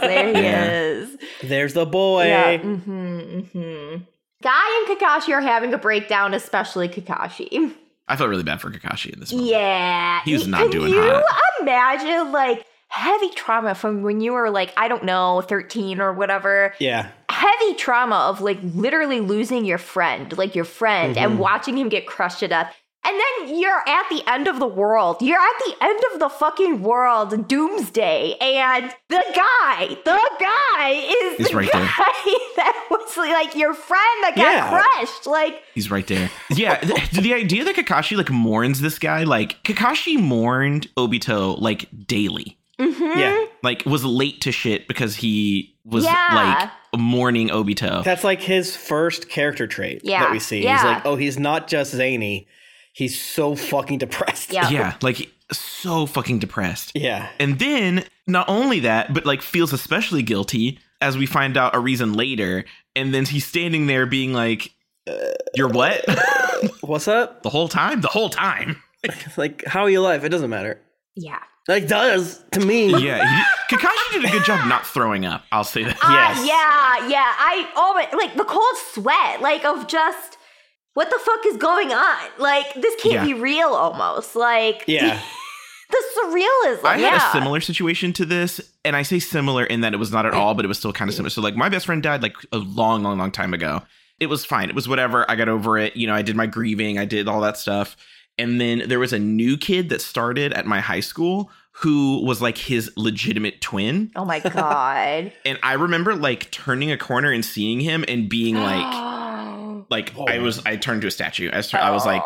There he Yeah. is. There's the boy. Yeah. hmm hmm Guy and Kakashi are having a breakdown, especially Kakashi. I felt really bad for Kakashi in this moment. Yeah. He's Y- not Can doing you hot. imagine like heavy trauma from when you were like, I don't know, 13 or whatever? Yeah. Heavy Mm-hmm. trauma of like literally losing your friend, like your friend, and watching him get crushed to death. And then you're at the end of the world. You're at the end of the fucking world, doomsday, and the guy, the guy is He's the right guy there. that was like your friend that got Yeah. crushed. Like He's right there. Yeah, th- the idea that Kakashi like mourns this guy, like Kakashi mourned Obito like daily. mm-hmm. Yeah. Like was late to shit because he was Yeah. like mourning Obito. That's like his first character trait Yeah, that we see. yeah. He's like, oh, he's not just zany. He's so fucking depressed. Yeah. yeah, like so fucking depressed. Yeah. And then not only that, but like feels especially guilty as we find out a reason later. And then he's standing there being like, "Uh, "You're what?" What's up? the whole time. The whole time. Like, how are you alive? It doesn't matter. yeah. Like, does to me. Yeah, he, Kakashi did a good job not throwing up. I'll say that. Ah, Yes. yeah, yeah. I oh my, like the cold sweat, like of just what the fuck is going on? Like this can't Yeah. be real, almost. Like Yeah. the surrealism. I yeah. had a similar situation to this, and I say similar in that it was not at all, but it was still kind of similar. So, like, my best friend died like a long, long, long time ago. It was fine. It was whatever. I got over it. You know, I did my grieving, I did all that stuff. And then there was a new kid that started at my high school who was like his legitimate twin. oh my god. And I remember like turning a corner and seeing him and being like, like like, I was, I turned to a statue. I, st- I was like,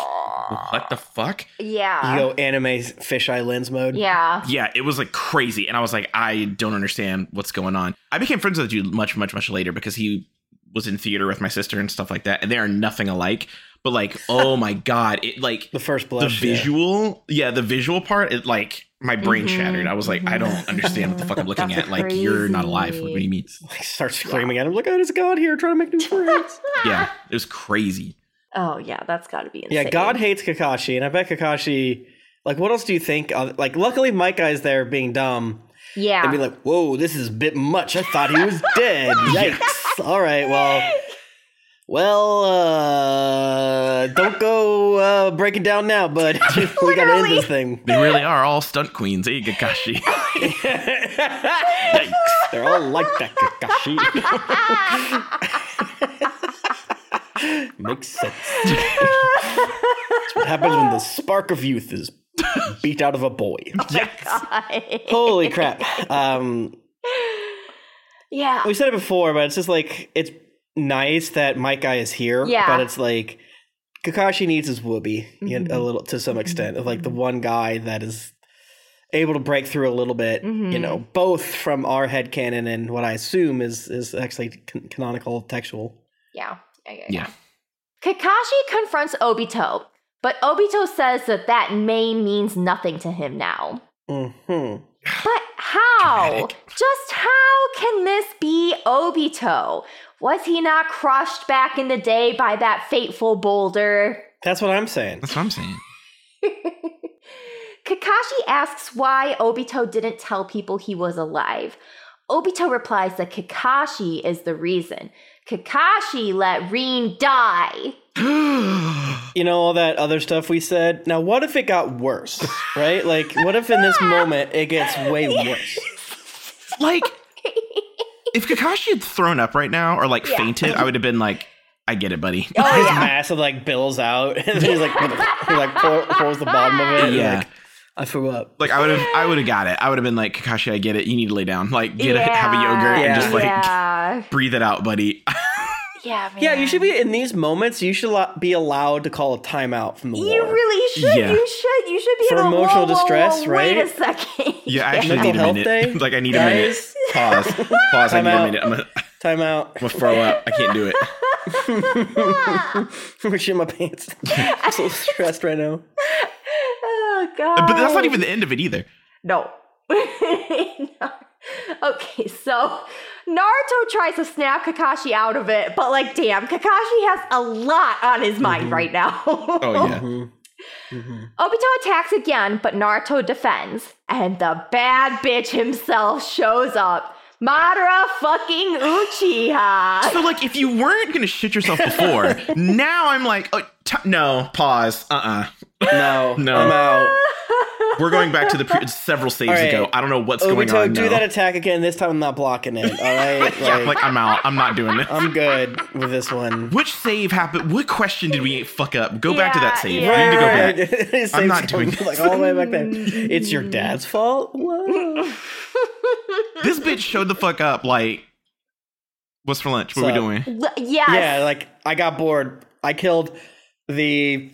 what the fuck? yeah. You go anime fisheye lens mode. yeah. Yeah, it was like crazy. And I was like, I don't understand what's going on. I became friends with the dude much, much, much later because he was in theater with my sister and stuff like that. And they are nothing alike. But like, oh my God, it like The first the blush. yeah. visual, yeah. the visual part, it like my brain Mhm, shattered. I was like, I don't understand what the fuck I'm looking That's at. Like, you're not alive. crazy. What do you mean? Like, starts screaming at him, like, oh, there's a god here trying to make new friends. Yeah, it was crazy. Oh yeah, that's got to be insane. yeah, God hates Kakashi, and I bet Kakashi. Like, what else do you think? Of, like, luckily, Mike guy's there being dumb Yeah. and be like, "Whoa, this is a bit much. I thought he was dead. Yikes! All right, well, well, uh, don't go uh, breaking down now, bud. we gotta end this thing. They really are all stunt queens. Hey, Kakashi. Yikes. Oh They're all like that, Kakashi. Makes sense. That's what happens when the spark of youth is beat out of a boy. Yes. God. Holy crap. Um, yeah. we said it before, but it's just like it's nice that Mike guy is here. Yeah. But it's like Kakashi needs his Whoopi you know, a little to some extent of like the one guy that is able to break through a little bit. You Mhm. know, both from our head canon and what I assume is is actually can- canonical textual. Yeah. Yeah, yeah, Yeah. Kakashi confronts Obito, but Obito says that that may means nothing to him now. hmm But how? Dramatic. Just how can this be Obito? Was he not crushed back in the day by that fateful boulder? That's what I'm saying. That's what I'm saying. Kakashi asks why Obito didn't tell people he was alive. Obito replies that Kakashi is the reason. Kakashi let Reen die. you know all that other stuff we said now what if it got worse right like what if in this moment it gets way worse like if Kakashi had thrown up right now or like Yeah. fainted, I would have been like, I get it, buddy. Oh, his massive like bills out and then he's like he like pour, pours the bottom of it and Yeah. like, i threw up Like I would have I would have got it. I would have been like, Kakashi, I get it. You need to lay down. Like get it, have a yogurt and Yeah. just like yeah, breathe it out, buddy. yeah, man. yeah you should be in these moments you should lo- be allowed to call a timeout from the You war really should. Yeah. You should. You should be For able to- emotional whoa, whoa, distress, whoa, right? Wait a second. Yeah, I actually Mental need a health minute. day? like I need a minute. Guys, Pause. Pause. I Time need out. a minute. I'm gonna, I'm timeout gonna throw up. I can't do it. i'm shit my pants i'm so stressed right now Oh god. But that's not even the end of it either. No. okay, so Naruto tries to snap Kakashi out of it, but like, damn, Kakashi has a lot on his mind right now. Mm-hmm. Oh yeah. Obito attacks again, but Naruto defends, and the bad bitch himself shows up. Madara fucking Uchiha. So like if you weren't gonna shit yourself before, now I'm like, oh, t- no, pause. Uh uh no No. i'm out We're going back to the pre- several saves All right. ago. I don't know what's going Obito, on. do now. that attack again. This time I'm not blocking it. All right, like, yeah, like I'm out. I'm not doing this. I'm good with this one. Which save happened? What question did we fuck up? Go back to Yeah, that save. yeah. We need to go back. It I'm saves not doing Mm-hmm. him, this. Like all the way back there. It's your dad's fault. What? This bitch showed the fuck up. Like, what's for lunch? What are we So- doing? L- yes. yeah, like I got bored. I killed the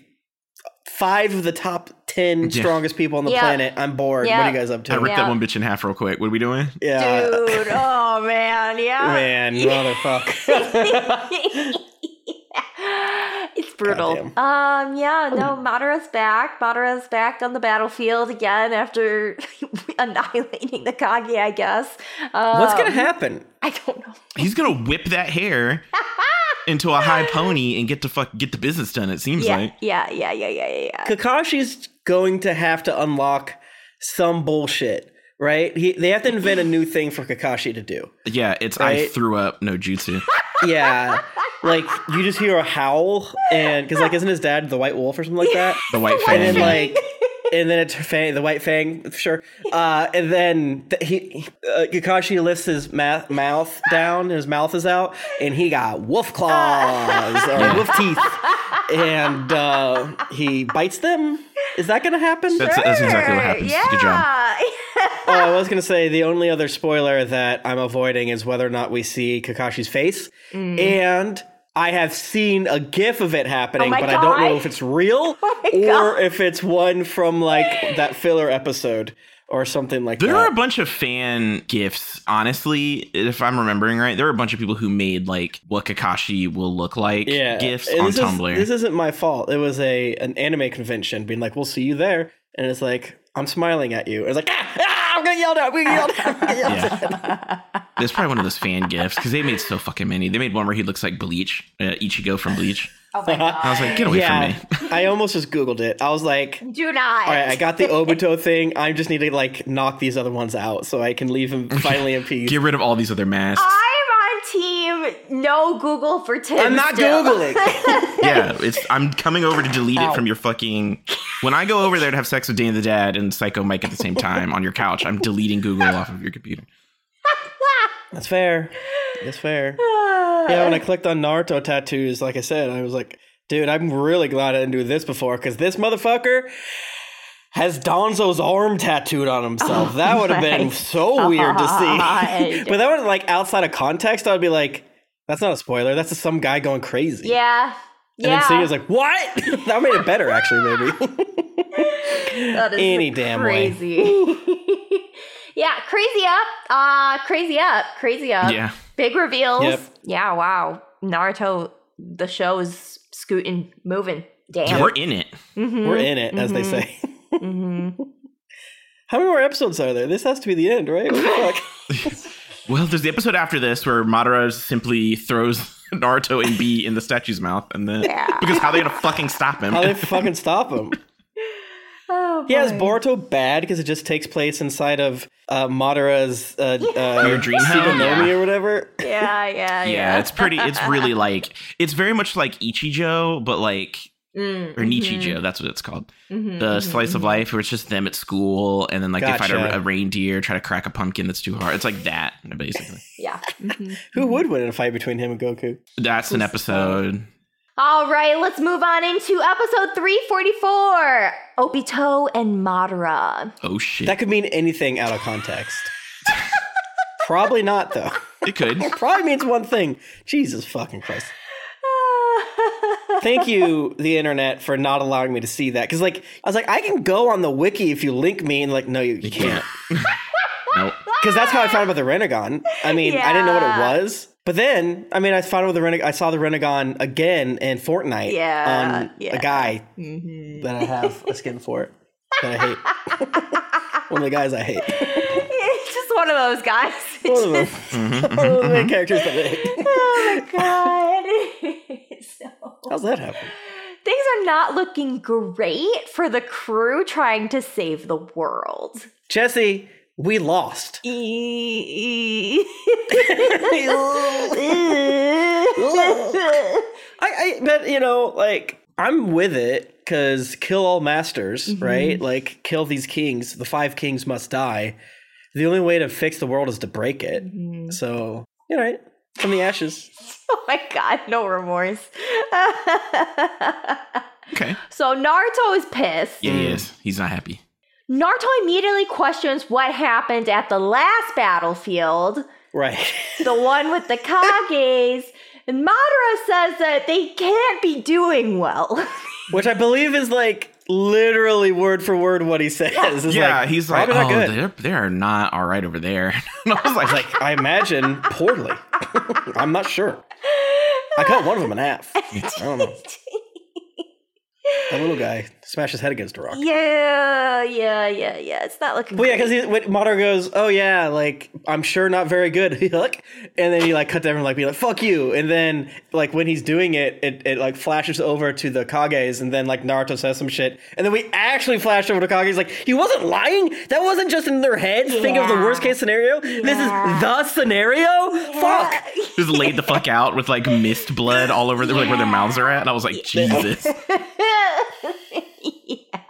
five of the top ten Yeah. strongest people on the Yeah. planet. I'm bored. What Yeah. are you guys up I to? ripped Yeah. that one bitch in half real quick. What are we doing? yeah, Dude. Oh man. Yeah. man, motherfucker. It's brutal. Um, Oh. yeah, no, Madara's back. Madara's back on the battlefield again after annihilating the Kage, I guess. Um, What's gonna happen? I don't know. He's gonna whip that hair into a high pony and get to fuck get the business done. It seems Yeah, like. yeah, yeah, yeah, yeah, yeah, yeah. Kakashi's going to have to unlock some bullshit, right? He, they have to invent a new thing for Kakashi to do. Yeah, it's I Right. threw up no jutsu. Yeah. Like you just hear a howl, and because like isn't his dad the White Wolf or something like that? The white and fang. then like and then it's fang, the white fang sure uh, and then th- he uh, kakashi lifts his ma- mouth down his mouth is out and he got wolf claws or wolf teeth and uh, he bites them is that gonna happen That's, that's exactly Sure, what happens. Yeah. Good job. oh i was gonna say the only other spoiler that i'm avoiding is whether or not we see kakashi's face Mm. and I have seen a gif of it happening, Oh my but I don't God. Oh know if it's real my or God. if it's one from like that filler episode or something like There are a that. bunch of fan gifts, honestly. If I'm remembering right, there are a bunch of people who made like what Kakashi will look like yeah, gifts And on this Tumblr. Is, this isn't my fault. It was a an anime convention being like, "We'll see you there," and it's like, "I'm smiling at you." And it's like, "Ah, ah, I'm gonna yell at. We yelled at. I'm gonna yell at. yeah, that's probably one of those fan gifts because they made so fucking many. They made one where he looks like Bleach, uh, Ichigo from Bleach. Oh my god. I was like, get away Yeah, from me. I almost just googled it. I was like. Do not. All right, I got the Obito thing. I just need to like knock these other ones out so I can leave him finally in peace. Get rid of all these other masks. I'm on team no Google for Tim. I'm not still. googling. yeah, it's. I'm coming over to delete Ow. it from your fucking. When I go over there to have sex with Dan the Dad and Psycho Mike at the same time on your couch, I'm deleting Google off of your computer. That's fair. That's fair. Yeah, when I clicked on Naruto tattoos, like I said, I was like, dude, I'm really glad I didn't do this before because this motherfucker has Donzo's arm tattooed on himself. that would have been Oh my so weird to see. God. but that would like outside of context, I'd be like, that's not a spoiler. That's just some guy going crazy. Yeah. And then Yeah. Cena's like, what? that made it better, actually, maybe. That is any damn way. crazy. yeah, crazy up. Uh crazy up. Crazy up. Yeah. Big reveals. Yep. Yeah, wow. Naruto the show is scooting, moving. Damn. Mm-hmm, We're in it. We're in it, as they say. How many more episodes are there? This has to be the end, right? What the fuck? Well, there's the episode after this where Madara simply throws Naruto and B in the statue's mouth, and then because how are they gonna fucking stop him? How they fucking stop him? Oh, Yeah, is boy. Boruto bad because it just takes place inside of uh, Madara's uh, uh, Your dream hell? Tsukuyomi Yeah. or whatever? yeah, yeah, yeah. yeah, it's pretty. It's really like it's very much like Ichijo, but like Mm, mm-hmm. or Nichijou, that's what it's called. the slice of life where it's just them at school, and then like they fight Gotcha. a, a reindeer, try to crack a pumpkin that's too hard. It's like that basically. yeah. Mm-hmm. Who would win in a fight between him and Goku? That's an episode. All right, let's move on into episode 344 Obito and Madara. Oh shit! That could mean anything out of context. Probably not, though. it could. Probably means one thing. Jesus fucking Christ. Thank you, the internet, for not allowing me to see that. Because, like, I was like, I can go on the wiki if you link me, and like, no, you, you can't. Nope. Because that's how I found about the Renegon. I mean, I didn't know what Yeah. it was. But then, I mean, I found out the Reneg- I saw the Renegon again in Fortnite Yeah, on yeah. a guy that I have a skin for that I hate. One of the guys I hate. It's just one of those guys. One of them. One of the Mm-hmm. main characters that I hate. oh my god. so. How's that happen? Things are not looking great for the crew trying to save the world. Jesse, we lost. Oh I, I but you know, like I'm with it because kill all masters, Mm-hmm. right? Like kill these kings. The five kings must die. The only way to fix the world is to break it. Mm-hmm. So you're right. From the ashes. Oh my god, no remorse. Okay. so Naruto is pissed. Yeah, he is. He's not happy. Naruto immediately questions what happened at the last battlefield, Right. the one with the Kages, and Madara says that they can't be doing well. Which I believe is like literally word for word what he says. It's yeah, he's like, probably oh, not good. they're they're not all right over there. And I was like, Like I imagine poorly. I'm not sure. I cut one of them in half. I don't know. That little guy smashed his head against a rock. yeah, yeah, yeah, yeah. It's not looking Well, yeah, great. because when Madara goes, "Oh yeah, like I'm sure not very good," look, and then he like cut to everyone like be like, "Fuck you," and then like when he's doing it, it, it like flashes over to the Kages, and then like Naruto says some shit, and then we actually flash over to Kages, like he wasn't lying. That wasn't just in their heads. Think of the Yeah. worst case scenario. This is Yeah. the scenario. Fuck. just laid the fuck out with like mist blood all over the, like where their mouths are at. And I was like, Jesus. yeah.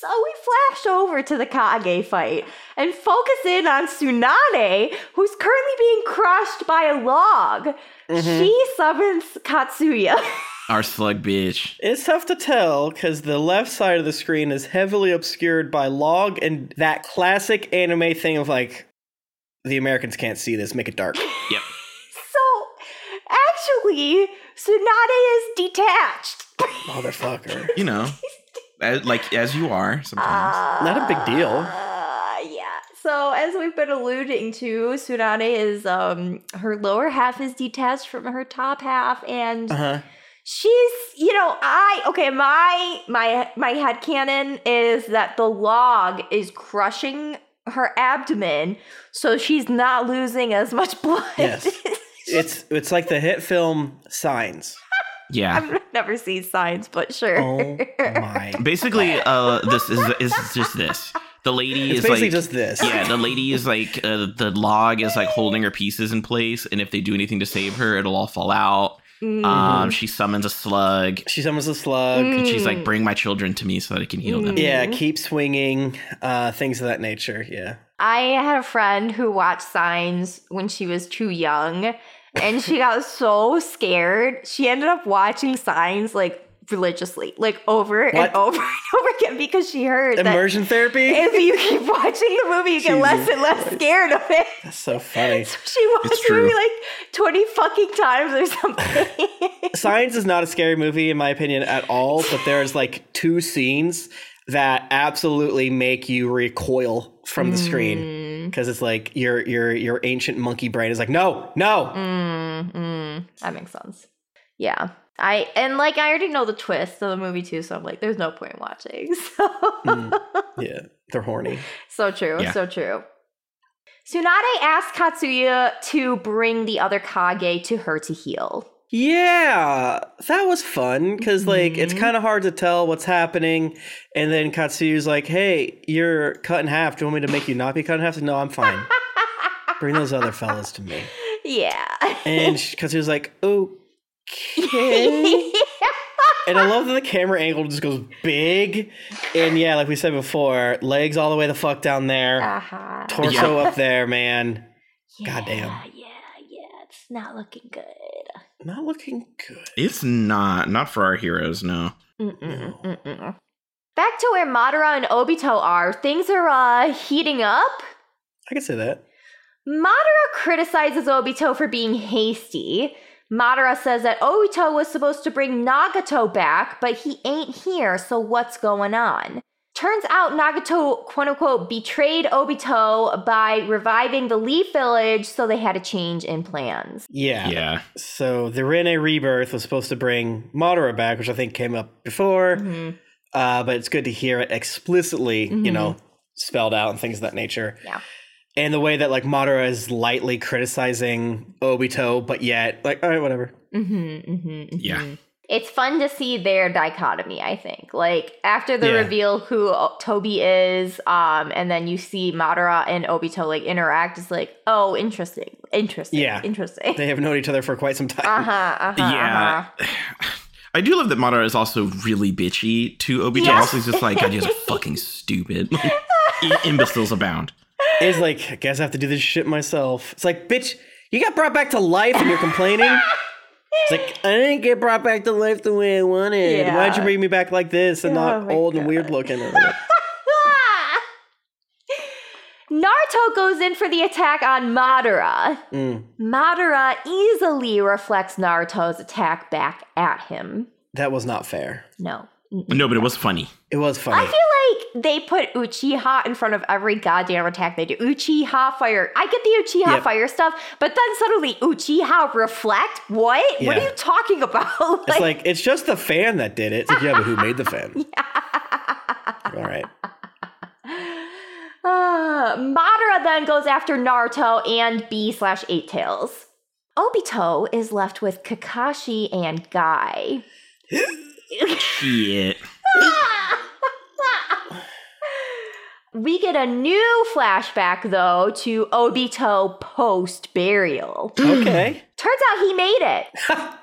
So we flash over to the Kage fight and focus in on Tsunade, who's currently being crushed by a log. Mm-hmm. She summons Katsuya. Our slug bitch. It's tough to tell because the left side of the screen is heavily obscured by log and that classic anime thing of like, the Americans can't see this, make it dark. Yep. so actually, Tsunade is detached. Motherfucker. You know, as, like as you are sometimes. Mm-hmm. Not a big deal. Uh, yeah. So as we've been alluding to, Tsunade is um her lower half is detached from her top half and Uh huh. she's you know i okay my my my head canon is that the log is crushing her abdomen so she's not losing as much blood Yes. It's it's like the hit film Signs. yeah. i've never seen signs but sure Oh my. Basically, uh, this is is just this. The lady It's is basically like just this. yeah, the lady is like uh, the log is like holding her pieces in place, and if they do anything to save her, it'll all fall out. Mm. Mm-hmm. Um, she summons a slug, She summons a slug. Mm. and she's like, "Bring my children to me so that I can heal them." Yeah, keep swinging, uh, things of that nature. Yeah. I had a friend who watched Signs when she was too young, and she got so scared. She ended up watching Signs like religiously, like over and What? over and over again because she heard that Immersion therapy? if you keep watching the movie, you get less Jesus and less scared of it. That's so funny. So she watched the true. movie like twenty fucking times or something. Signs is not a scary movie in my opinion at all, but there's like two scenes that absolutely make you recoil from the Mm. screen because it's like your your your ancient monkey brain is like no no Mm, mm, that makes sense. Yeah. I and like I already know the twist of the movie too, so I'm like, there's no point in watching. So Mm. yeah they're horny So true. Yeah. So true. Tsunade asks Katsuya to bring the other Kage to her to heal. Yeah, that was fun because like it's Mhm. kind of hard to tell what's happening, and then Katsuyu's like, "Hey, you're cut in half. Do you want me to make you not be cut in half?" No, I'm fine. Bring those other fellas to me. Yeah. And she- Katsuyu's like, "Okay." and I love that the camera angle just goes big, and yeah, like we said before, legs all the way the fuck down there, uh-huh. torso up there, man. Yeah, Goddamn. Yeah, yeah. It's not looking good. Not looking good. It's not not for our heroes, no. Mm-mm, mm-mm. Back to where Madara and Obito are, things are uh, heating up. I can say that. Madara criticizes Obito for being hasty. Madara says that Obito was supposed to bring Nagato back, but he ain't here, so what's going on? Turns out Nagato, quote unquote, betrayed Obito by reviving the Leaf Village, so they had a change in plans. Yeah. So the Rene Rebirth was supposed to bring Madara back, which I think came up before. Mm-hmm. Uh, but it's good to hear it explicitly, you know, spelled out and things of that nature. Yeah. And the way that like Madara is lightly criticizing Obito, but yet like, all right, whatever. Mm-hmm, mm-hmm. Yeah. It's fun to see their dichotomy, I think. Like after the Yeah. reveal who O- Toby is, um, and then you see Madara and Obito like interact, it's like, oh, interesting. Interesting. Yeah. Interesting. Ah. Uh-huh, They have known each other for quite some Uh time. huh. Uh huh. Yeah. I do love that Madara is also really bitchy to OBJ. Yeah. Also, he's just like, God, you guys are fucking stupid. Like, i- imbeciles abound. Is like, I guess I have to do this shit myself. It's like, bitch, you got brought back to life and you're complaining. It's like I didn't get brought back to life the way I wanted. Yeah. Why'd you bring me back like this and Oh not my old God. and weird looking? Ah! Naruto goes in for the attack on Madara. Mm. Madara easily reflects Naruto's attack back at him. That was not fair. No. No, but it was funny. It was funny. I feel like they put Uchiha in front of every goddamn attack they do. Uchiha fire. I get the Uchiha Yep. fire stuff, but then suddenly Uchiha reflect? What? What are Yeah. you talking about? It's like it's just the fan that did it. It's like, yeah, but who made the fan? All right. Uh, Madara then goes after Naruto and B slash Eight Tails. Obito is left with Kakashi and Guy. Shit. We get a new flashback though to Obito post burial. Okay. Turns out he made it.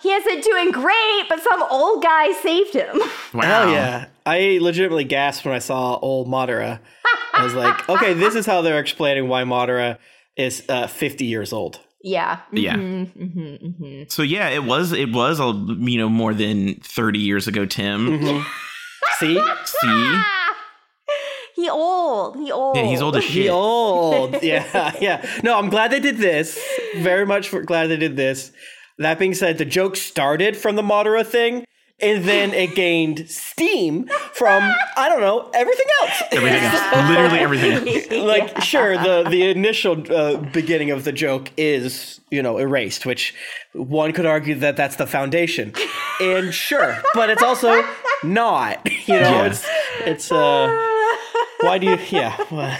he isn't doing great, but some old guy saved him. Wow. Hell Oh, yeah. I legitimately gasped when I saw old Madara. I was like, okay, this is how they're explaining why Madara is uh, 50 years old. yeah. Yeah. Mhm, mhm, mhm. So yeah, it was it was a you know more than thirty years ago. Tim, Mhm. See? see, Ah! He old. He old. yeah, he's old as He Oh, shit. old. Yeah, yeah. No, I'm glad they did this. Very much for, glad they did this. That being said, the joke started from the Madara thing, and then it gained steam from, I don't know, everything else. Everything else, literally everything. Else. like sure the the initial uh, beginning of the joke is you know erased which one could argue that that's the foundation and sure but it's also not you know Yeah. it's it's uh why do you yeah well,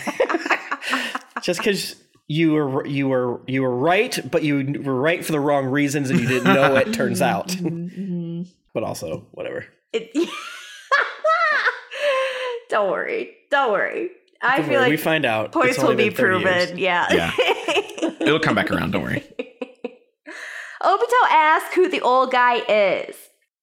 just because you were you were you were right but you were right for the wrong reasons and you didn't know it turns out but also whatever Mm-hmm, It- Don't worry. Don't worry. I Don't feel worry, like we find out points It's only will be been 30 years. proven. Yeah. Yeah. It'll come back around. Don't worry. Obito asks who the old guy is.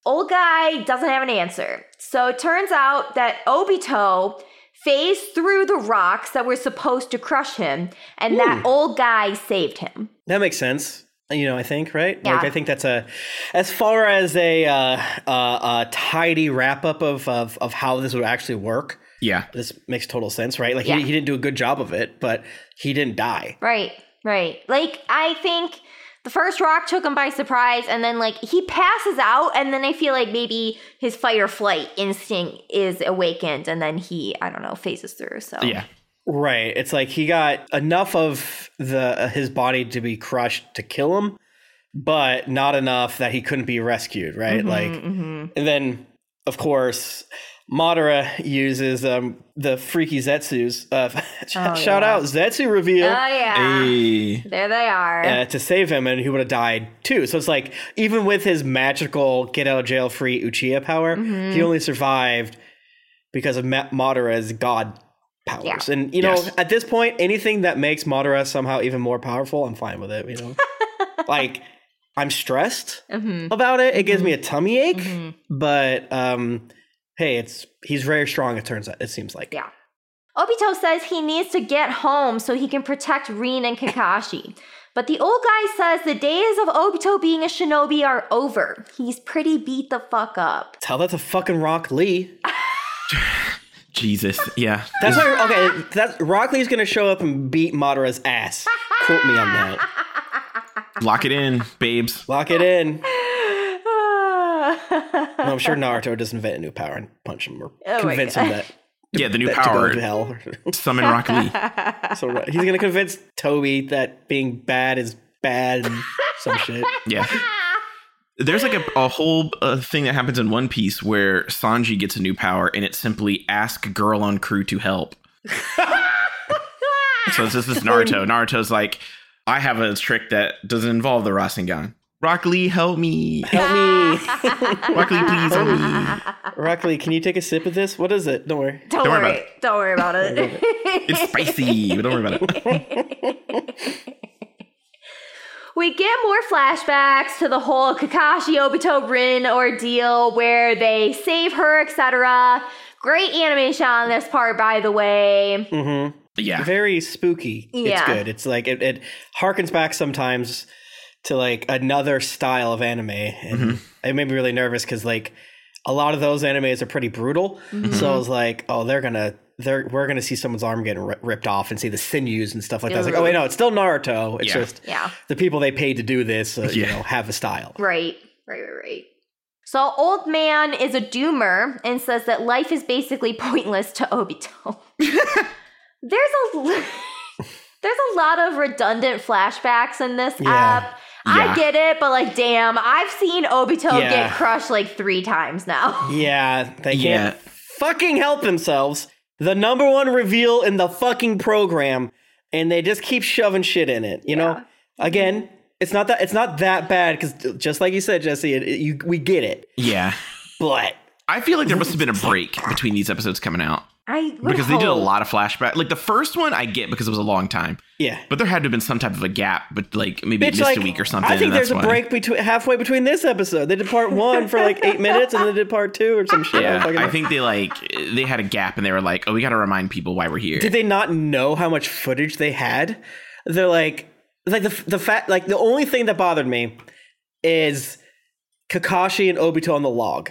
Old guy doesn't have an answer. So it turns out that Obito phased through the rocks that were supposed to crush him, and that old guy saved him. That makes sense. You know, I think right. Yeah. Like, I think that's a as far as a uh, uh, uh, tidy wrap up of, of of how this would actually work. Yeah. This makes total sense, right? Like Yeah. he, he didn't do a good job of it, but he didn't die. Right, right. Like, I think the first rock took him by surprise, and then, like, he passes out, and then I feel like maybe his fight or flight instinct is awakened, and then he, I don't know, phases through. Oh. So, Yeah. Right. It's like he got enough of the uh, his body to be crushed to kill him, but not enough that he couldn't be rescued. Right. like, and then of course, Madara uses um the freaky Zetsu's. Uh, shout yeah. out Zetsu reveal. Oh, yeah. Hey. There they are. uh, to save him, and he would have died too. So it's like even with his magical get out of jail free Uchiha power, Mm-hmm. he only survived because of Ma- Madara's god powers. Yeah. And you know, Yes. at this point, anything that makes Madara somehow even more powerful, I'm fine with it. You know, like I'm stressed Mhm. about it; it gives me a tummy ache. Mm-hmm. But um, hey, it's he's very strong. It turns out it seems like. Yeah. Obito says he needs to get home so he can protect Rin and Kakashi. But the old guy says the days of Obito being a shinobi are over. He's pretty beat the fuck up. Tell that to fucking Rock Lee. Jesus. Yeah. That's why. Okay, that Rock Lee's gonna show up and beat Madara's ass. Quote me on that. Lock it in, babes. Lock it in. oh No, I'm sure Naruto just invent a new power and punch him or my convince him that, Yeah, the new that to go power. to hell. Summon Rock Lee. so right. he's gonna convince Toby that being bad is bad and some shit. Yeah. There's like a, a whole uh, thing that happens in One Piece where Sanji gets a new power and it's simply ask girl on crew to help. so this is Naruto. Naruto's like, I have a trick that doesn't involve the Rasengan. Rock Lee, help me. Help me, Rock Lee, please help me. Rock Lee. Can you take a sip of this? What is it? Don't worry. Don't, worry worry. about it. Don't worry about it. It's spicy, but don't worry about it. We get more flashbacks to the whole Kakashi Obito Rin ordeal where they save her, etc. Great animation on this part, by the way. Mm-hmm. Yeah. Very spooky. Yeah. It's good. It's like it, it harkens back sometimes to like another style of anime, and Mm-hmm. it made me really nervous because like a lot of those animes are pretty brutal. So I was like, oh, they're gonna. They're, we're going to see someone's arm getting ri- ripped off and see the sinews and stuff like that. I was like, oh, wait, no, it's still Naruto. It's Yeah. just Yeah. the people they paid to do this, uh, you Yeah. know, have a style. Right, right, right, right. So, old man is a doomer and says that life is basically pointless to Obito. there's a l- there's a lot of redundant flashbacks in this Yeah. app. I Yeah. get it, but like, damn, I've seen Obito Yeah. get crushed like three times now. Yeah, they Yeah. can't fucking help themselves. The number one reveal in the fucking program, and they just keep shoving shit in it. You know, again, it's not that it's not that bad because just like you said, Jesse, it, it- you, we get it. Yeah. But I feel like there must have been a break between these episodes coming out I would because they did a hope. lot of flashback. Like the first one, I get because it was a long time, yeah, but there had to have been some type of a gap, but like maybe it Bitch, missed like, a week or something. I think and that's there's a why. break between halfway between this episode. They did part one for like eight minutes, and then they did part two or some shit. Yeah, fucking- I think they like they had a gap and they were like, oh, we got to remind people why we're here. did they not know how much footage they had? They're like, like the the fact, like the only thing that bothered me is Kakashi and Obito on the log,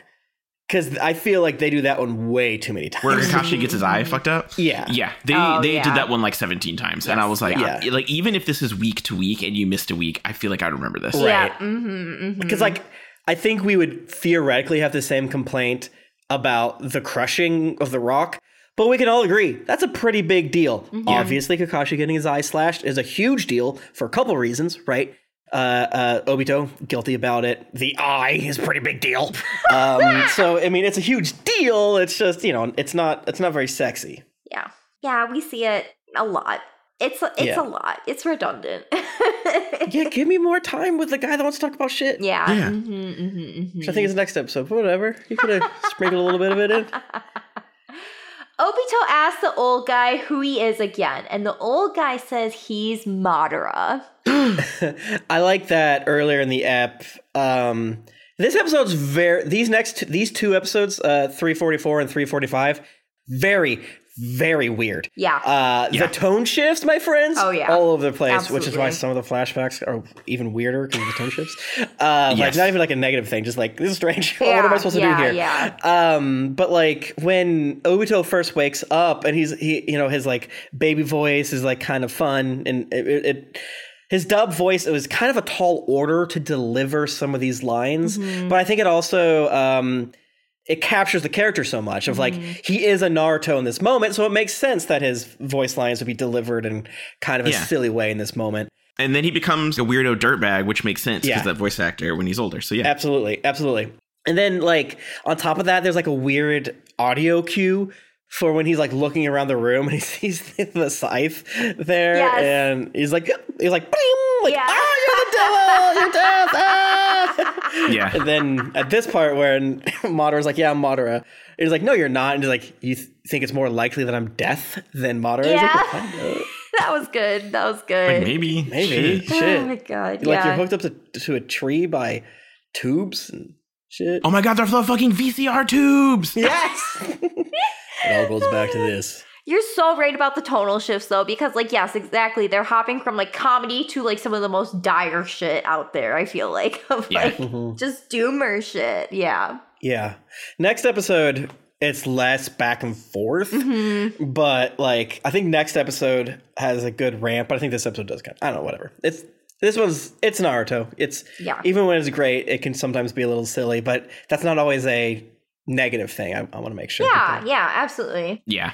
because I feel like they do that one way too many times. where Kakashi gets his eye fucked up. Yeah. yeah. They Oh, they yeah. did that one like seventeen times, and I was like, Yeah. I- like even if this is week to week and you missed a week, I feel like I remember this. Right. Yeah, hmm Because like I think we would theoretically have the same complaint about the crushing of the rock, but we can all agree that's a pretty big deal. Obviously, Kakashi getting his eye slashed is a huge deal for a couple reasons, right? Uh, uh, Obito guilty about it. The eye is a pretty big deal. Um, so I mean, it's a huge deal. It's just you know, it's not it's not very sexy. yeah, yeah. We see it a lot. It's it's Yeah. a lot. It's redundant. Yeah, give me more time with the guy that wants to talk about shit. yeah. Yeah. hmm hmm hmm Which I think is next episode. But whatever, you could have sprinkled a little bit of it in. Obito asks the old guy who he is again, and the old guy says he's Madara. I like that earlier in the app. Um, this episode's very these next these two episodes, uh, three forty four and three forty five, very very weird. Yeah. Uh, Yeah. The tone shifts, my friends. Oh, yeah. all over the place, which is Absolutely. why some of the flashbacks are even weirder because of the tone shifts. Uh, Like Yes. not even like a negative thing, just like this is strange. what am Yeah, I supposed yeah, to do here? yeah. Um, but like when Obito first wakes up and he's he you know his like baby voice is like kind of fun and it, it, it his dub voice it was kind of a tall order to deliver some of these lines, Mm-hmm. but I think it also um it captures the character so much of like Mm-hmm. he is a Naruto in this moment, so it makes sense that his voice lines would be delivered in kind of a Yeah. silly way in this moment. And then he becomes a weirdo dirtbag, which makes sense because Yeah. that voice actor when he's older. So yeah, Absolutely, absolutely. And then like on top of that, there's like a weird audio cue for when he's like looking around the room and he sees the scythe there, Yes. and he's like, he's like, "Bing!" like, Yeah. ah, you're the devil, you're death. Ah! Yeah. And then at this part where Madara's like, yeah, I'm Madara. He's like, no, you're not. And he's like, you th- think it's more likely that I'm death than Madara? He's like, Yeah. that was good. That was like good. maybe Maybe. shit. Shit. Oh my god. Like yeah. you're hooked up to, to a tree by tubes and shit. Oh my god, they're the fucking VCR tubes. Yes. it all goes back to this. You're so right about the tonal shifts though, because like yes, exactly. They're hopping from like comedy to like some of the most dire shit out there, I feel like. Of Yeah. like just doomer shit. Yeah. Yeah. Next episode, it's less back and forth, Mm-hmm. but like I think next episode has a good ramp. But I think this episode does kind. Of, I don't know. Whatever. It's this one's it's Naruto. It's Yeah. Even when it's great, it can sometimes be a little silly, but that's not always a negative thing. I, I want to make sure. Yeah, yeah, absolutely. Yeah.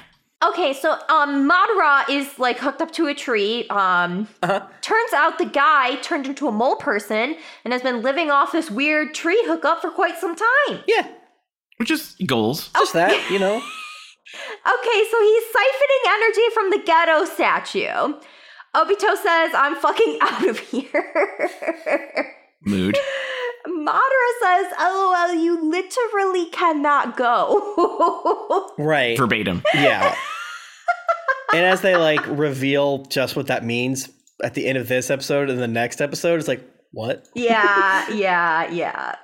Okay, so um, Madara is like hooked up to a tree. Um, Turns out the guy turned into a mole person and has been living off this weird tree hookup for quite some time. Yeah. Which is goals. Just that, you know. Okay, so he's siphoning energy from the ghetto statue. Obito says, I'm fucking out of here. Mood. Madara says, Oh, well, you literally cannot go. Right. Verbatim. Yeah. and as they like reveal just what that means, at the end of this episode and the next episode. It's like, what? yeah, yeah, yeah.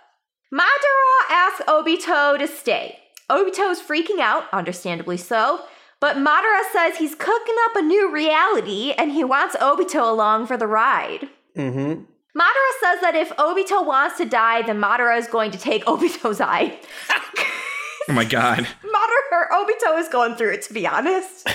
Madara asks Obito to stay. Obito is freaking out, understandably so, but Madara says he's cooking up a new reality and he wants Obito along for the ride. Mm-hmm. Madara says that if Obito wants to die, then Madara is going to take Obito's eye. Oh my god. Madara or Obito is going through it, to be honest.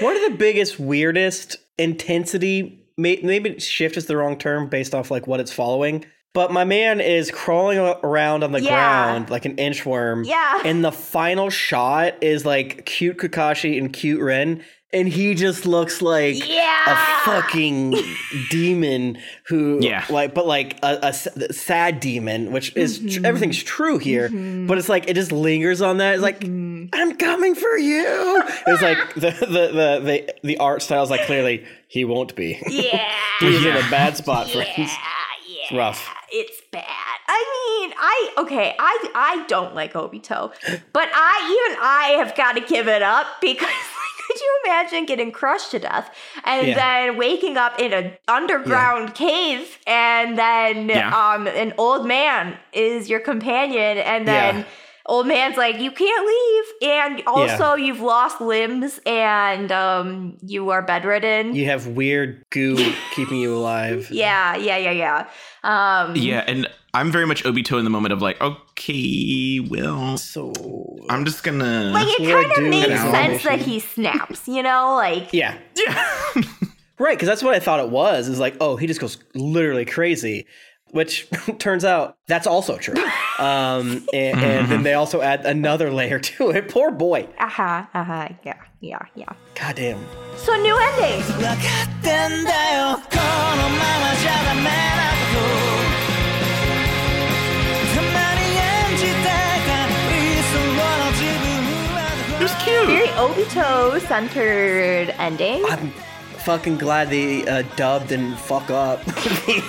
One of the biggest, weirdest intensity, may- maybe shift is the wrong term based off like what it's following. But my man is crawling a- around on the Yeah. ground like an inchworm. Yeah. And the final shot is like cute Kakashi and cute Ren. And he just looks like Yeah. a fucking demon who, Yeah. like, but like a, a s- sad demon, which is Mm-hmm. tr- everything's true here. But it's like it just lingers on that. It's like Mm-hmm. I'm coming for you. it's like the the the the, the art style's like clearly he won't be. Yeah. He's in Yeah. a bad spot, yeah, friends. yeah. Rough. It's bad. I mean, I okay, I I don't like Obito, but I even I have got to give it up because like, could you imagine getting crushed to death and Yeah. then waking up in an underground cave and then Yeah. um an old man is your companion and Yeah. then old man's like you can't leave and also you've lost limbs and um you are bedridden. You have weird goo keeping you alive. Yeah, yeah, yeah, yeah. Um Yeah, and I'm very much Obito in the moment of like, okay, well, So I'm just gonna. Like it We're a kind of dude makes now. sense that he snaps, you know, like yeah, yeah. right. Because that's what I thought it was. Is like, oh, he just goes literally crazy. Which turns out that's also true. Um, and, and then they also add another layer to it. Poor boy. uh huh, uh huh, yeah, yeah, yeah. Goddamn. So new endings. 分かってんだよこのままじゃダメなことたまに演じてた理想の自分は It was cute. Very Obito centered ending. I'm fucking glad they uh, dubbed and fuck up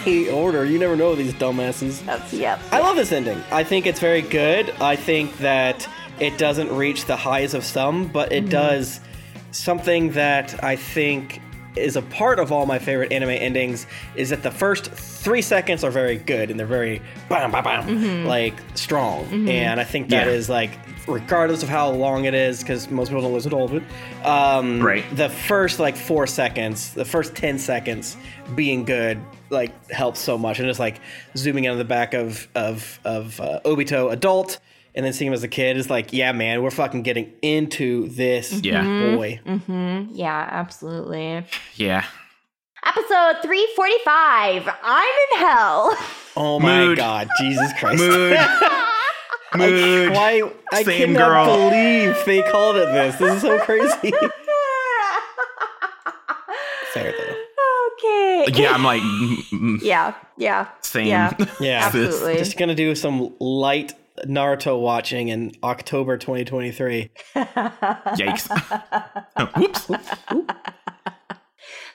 the order. You never know these dumbasses. That's, yep. I love this ending. I think it's very good. I think that it doesn't reach the highs of some, but it does something that I think is a part of all my favorite anime endings is that the first three seconds are very good and they're very bam, bam, bam, like strong. And I think that Yeah. is like, regardless of how long it is, because most people don't listen to all of it, um, Right. the first like four seconds, the first ten seconds being good like helps so much, and just like zooming in on the back of of of uh, Obito adult, and then seeing him as a kid is like, yeah, man, we're fucking getting into this, Yeah. Mm-hmm. boy. Yeah, absolutely. Yeah. Episode 345. I'm in hell. Oh my Mood. god, Jesus Christ! Mood. Mood. Why I Same cannot girl. believe they called it this. This is so crazy. Fair though. okay. Yeah, I'm like, mm, mm, yeah, yeah. same. Yeah. Yeah. Absolutely. Just gonna do some light Naruto watching in October 2023. Yikes. Oh, whoops.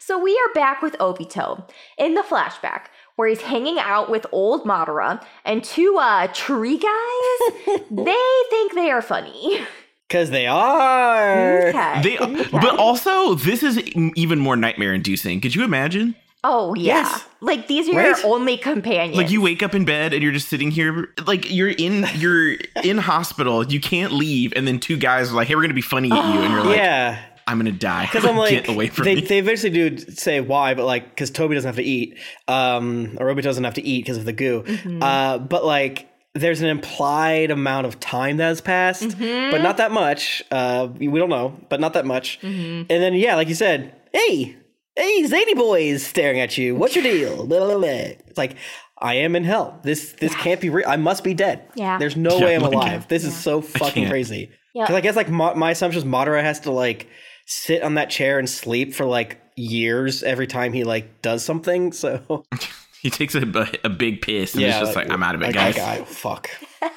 So we are back with Obito in the flashback where he's hanging out with old Madara and two uh tree guys. they think they are funny. Cause they are. Okay. They, but also, this is even more nightmare inducing. Could you imagine? oh yeah. Yes. Like these are Right? your only companions. Like you wake up in bed and you're just sitting here, like you're in you're in hospital, you can't leave, and then two guys are like, "Hey, we're gonna be funny at you," and you're like, yeah. "I'm gonna die." Because I'm like, get away from they, me. they eventually do say why, but like, because Toby doesn't have to eat, um, or Obi doesn't have to eat because of the goo. Uh, but like, there's an implied amount of time that has passed, but not that much. Uh, we don't know, but not that much. And then, yeah, like you said, hey, hey, Zany boys staring at you. What's your deal? Blah, blah, blah. It's like, I am in hell. This this can't be real. I must be dead. Yeah. There's no Yeah, way I'm like, alive. This is so fucking can't. crazy. Yeah. Because I guess like mo- my assumption is Madara has to like sit on that chair and sleep for like years every time he like does something. So he takes a, a, a big piss and it's just like, "I'm out of it, like, guys." I- I- fuck. well,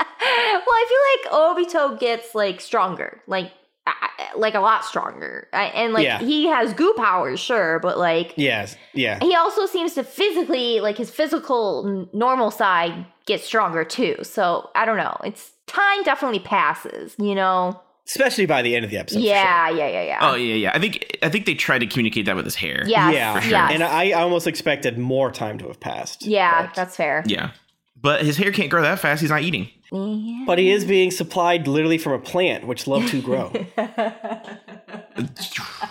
I feel like Obito gets like stronger. Like I- I- like a lot stronger. I- And like Yeah. he has goo powers, sure, but like Yes. Yeah. he also seems to physically like his physical n- normal side gets stronger too so i don't know it's time definitely passes you know especially by the end of the episode. for sure. yeah, yeah, yeah, yeah. Oh yeah, yeah. I think I think they tried to communicate that with his hair. Yes, yeah, yes. and I, I almost expected more time to have passed. yeah, but, that's fair. Yeah. But his hair can't grow that fast. He's not eating. Yeah. but he is being supplied literally from a plant, which love to grow.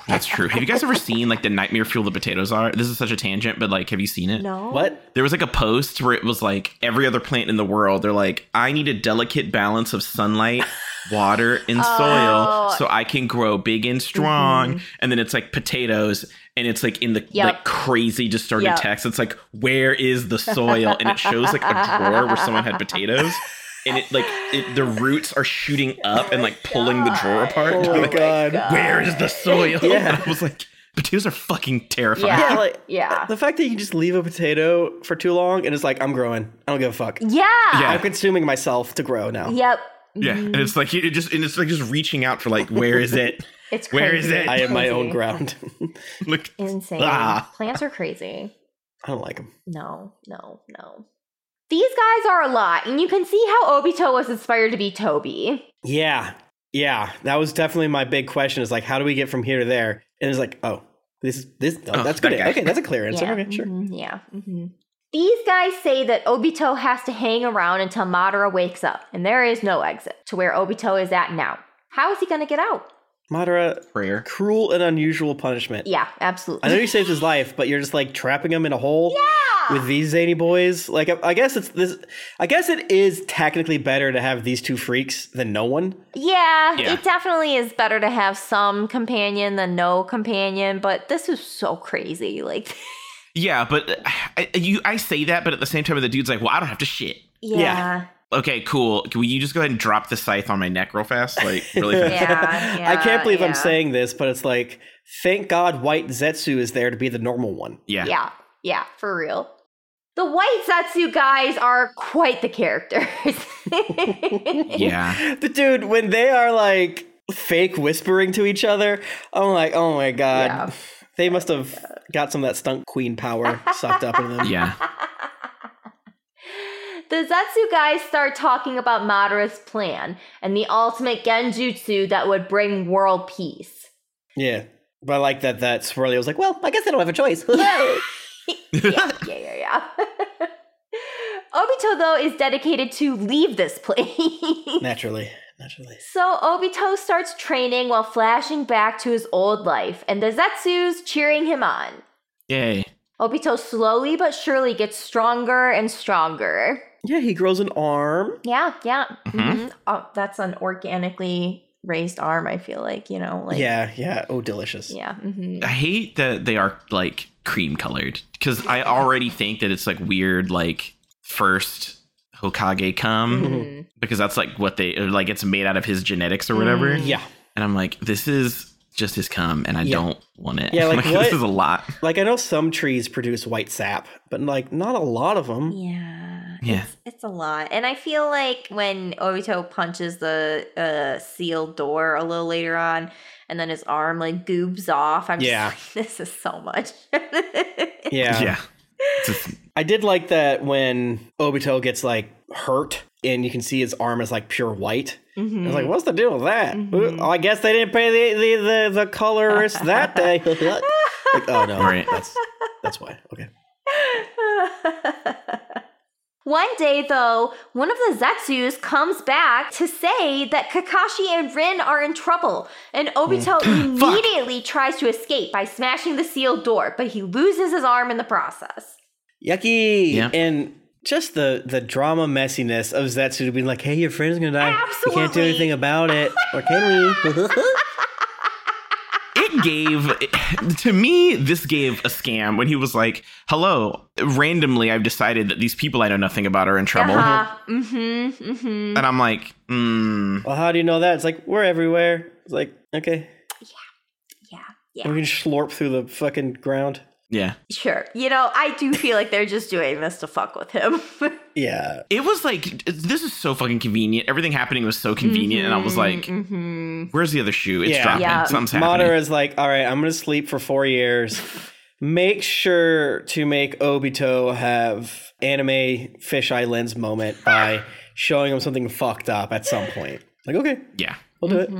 That's true. have you guys ever seen like the nightmare fuel the potatoes are? This is such a tangent, but like, have you seen it? No. what? There was like a post where it was like every other plant in the world. They're like, I need a delicate balance of sunlight, water, and Oh. soil so I can grow big and strong. Mm-hmm. And then it's like potatoes, and it's like in the Yep. like crazy distorted Yep. text. It's like, where is the soil? And it shows like a drawer where someone had potatoes. And it like it, the roots are shooting up and like pulling the drawer apart. Oh my Like, god! where is the soil? Yeah. I was like, potatoes are fucking terrifying. Yeah. Yeah, like Yeah. the fact that you just leave a potato for too long and it's like I'm growing. I don't give a fuck. Yeah. I'm consuming myself to grow now. Yep. Mm-hmm. Yeah, and it's like it just and it's like just reaching out for like where is it? It's crazy. Where is it? I am my Crazy. own ground. Look, Insane. Ah. Plants are crazy. I don't like him. No, no, no. These guys are a lot, and you can see how Obito was inspired to be Toby. Yeah, yeah. That was definitely my big question. Is like, how do we get from here to there? And it's like, oh, this is this. oh, Oh, that's that good. guy. Okay, that's a clear answer. yeah. Okay, sure. mhm, yeah. mhm. These guys say that Obito has to hang around until Madara wakes up, and there is no exit to where Obito is at now. How is he going to get out? Madara, prayer. cruel and unusual punishment. Yeah, I know absolutely. Ah! you saved his life, but you're just like trapping him in a hole with these zany boys. Like, I, I guess it's this. I guess it is technically better to have these two freaks than no one. Yeah, Yeah. it definitely is better to have some companion than no companion, but this is so crazy. Like, Yeah, but uh, I, you I say that, but at the same time, the dude's like, well, I don't have to shit. yeah. Okay, cool. Can you just go ahead and drop the scythe on my neck real fast? Like really fast. Yeah, I can't yeah, believe yeah. I'm saying this, but it's like, thank God White Zetsu is there to be the normal one. Yeah. Yeah, yeah, for real. The white Zetsu guys are quite the characters. Yeah. But dude, when they are like fake whispering to each other, I'm like, oh my god, Yeah. they must have got some of that stunt queen power sucked up in them. Yeah. the Zetsu guys start talking about Madara's plan and the ultimate genjutsu that would bring world peace. Yeah. But I like that that swirly was like, well, I guess I don't have a choice. Yeah, yeah, yeah, yeah. Obito, though, is dedicated to leave this place. naturally. Naturally. So Obito starts training while flashing back to his old life, and the Zetsus cheering him on. Yay. Obito slowly but surely gets stronger and stronger. Yeah, he grows an arm. Yeah, yeah. Mm-hmm. Mhm. mhm. Oh, that's an organically raised arm, I feel like, you know, like yeah, yeah. Oh, delicious. Yeah. mhm. I hate that they are like cream colored because I already think that it's like weird, like first Hokage come Mm-hmm. Mhm. because that's like what they like. It's made out of his genetics or whatever. Yeah. and I'm like, this is just his cum, and I Yeah. don't want it. Yeah, like, this what? is a lot. Like I know some trees produce white sap, but like not a lot of them. Yeah. Yeah. It's, it's a lot. And I feel like when Obito punches the uh, sealed door a little later on and then his arm like goobs off, I'm Yeah. just like, this is so much. Yeah. It's just- I did like that when Obito gets like hurt and you can see his arm is like pure white. I was like, what's the deal with that? Ooh, I guess they didn't pay the the, the, the colorist that day. like, oh no, Right. that's that's why. Okay. One day, though, one of the Zetsus comes back to say that Kakashi and Rin are in trouble, and Obito immediately tries to escape by smashing the sealed door, but he loses his arm in the process. Yucky. Yeah. And just the the drama messiness of Zetsu being like, hey, your friend's gonna die. We can't do Absolutely. anything about it. Or can we? it gave to me. This gave a scam when he was like, "Hello, randomly, I've decided that these people I know nothing about are in trouble," Uh-huh. hmm hmm and I'm like, mm, well, how do you know that? It's like, we're everywhere. It's like, okay. Yeah, We yeah, can slorp through the fucking ground. "Yeah." sure. You know, I do feel like they're just doing this to fuck with him. Yeah. It was like, this is so fucking convenient. Everything happening was so convenient, and I was like, "Where's the other shoe? It's Mm-hmm, Yeah. dropping. Yeah. Something's happening." Madara's like, all right, I'm gonna sleep for four years. Make sure to make Obito have anime fisheye lens moment by showing him something fucked up at some point. Like, okay, yeah, We'll do it.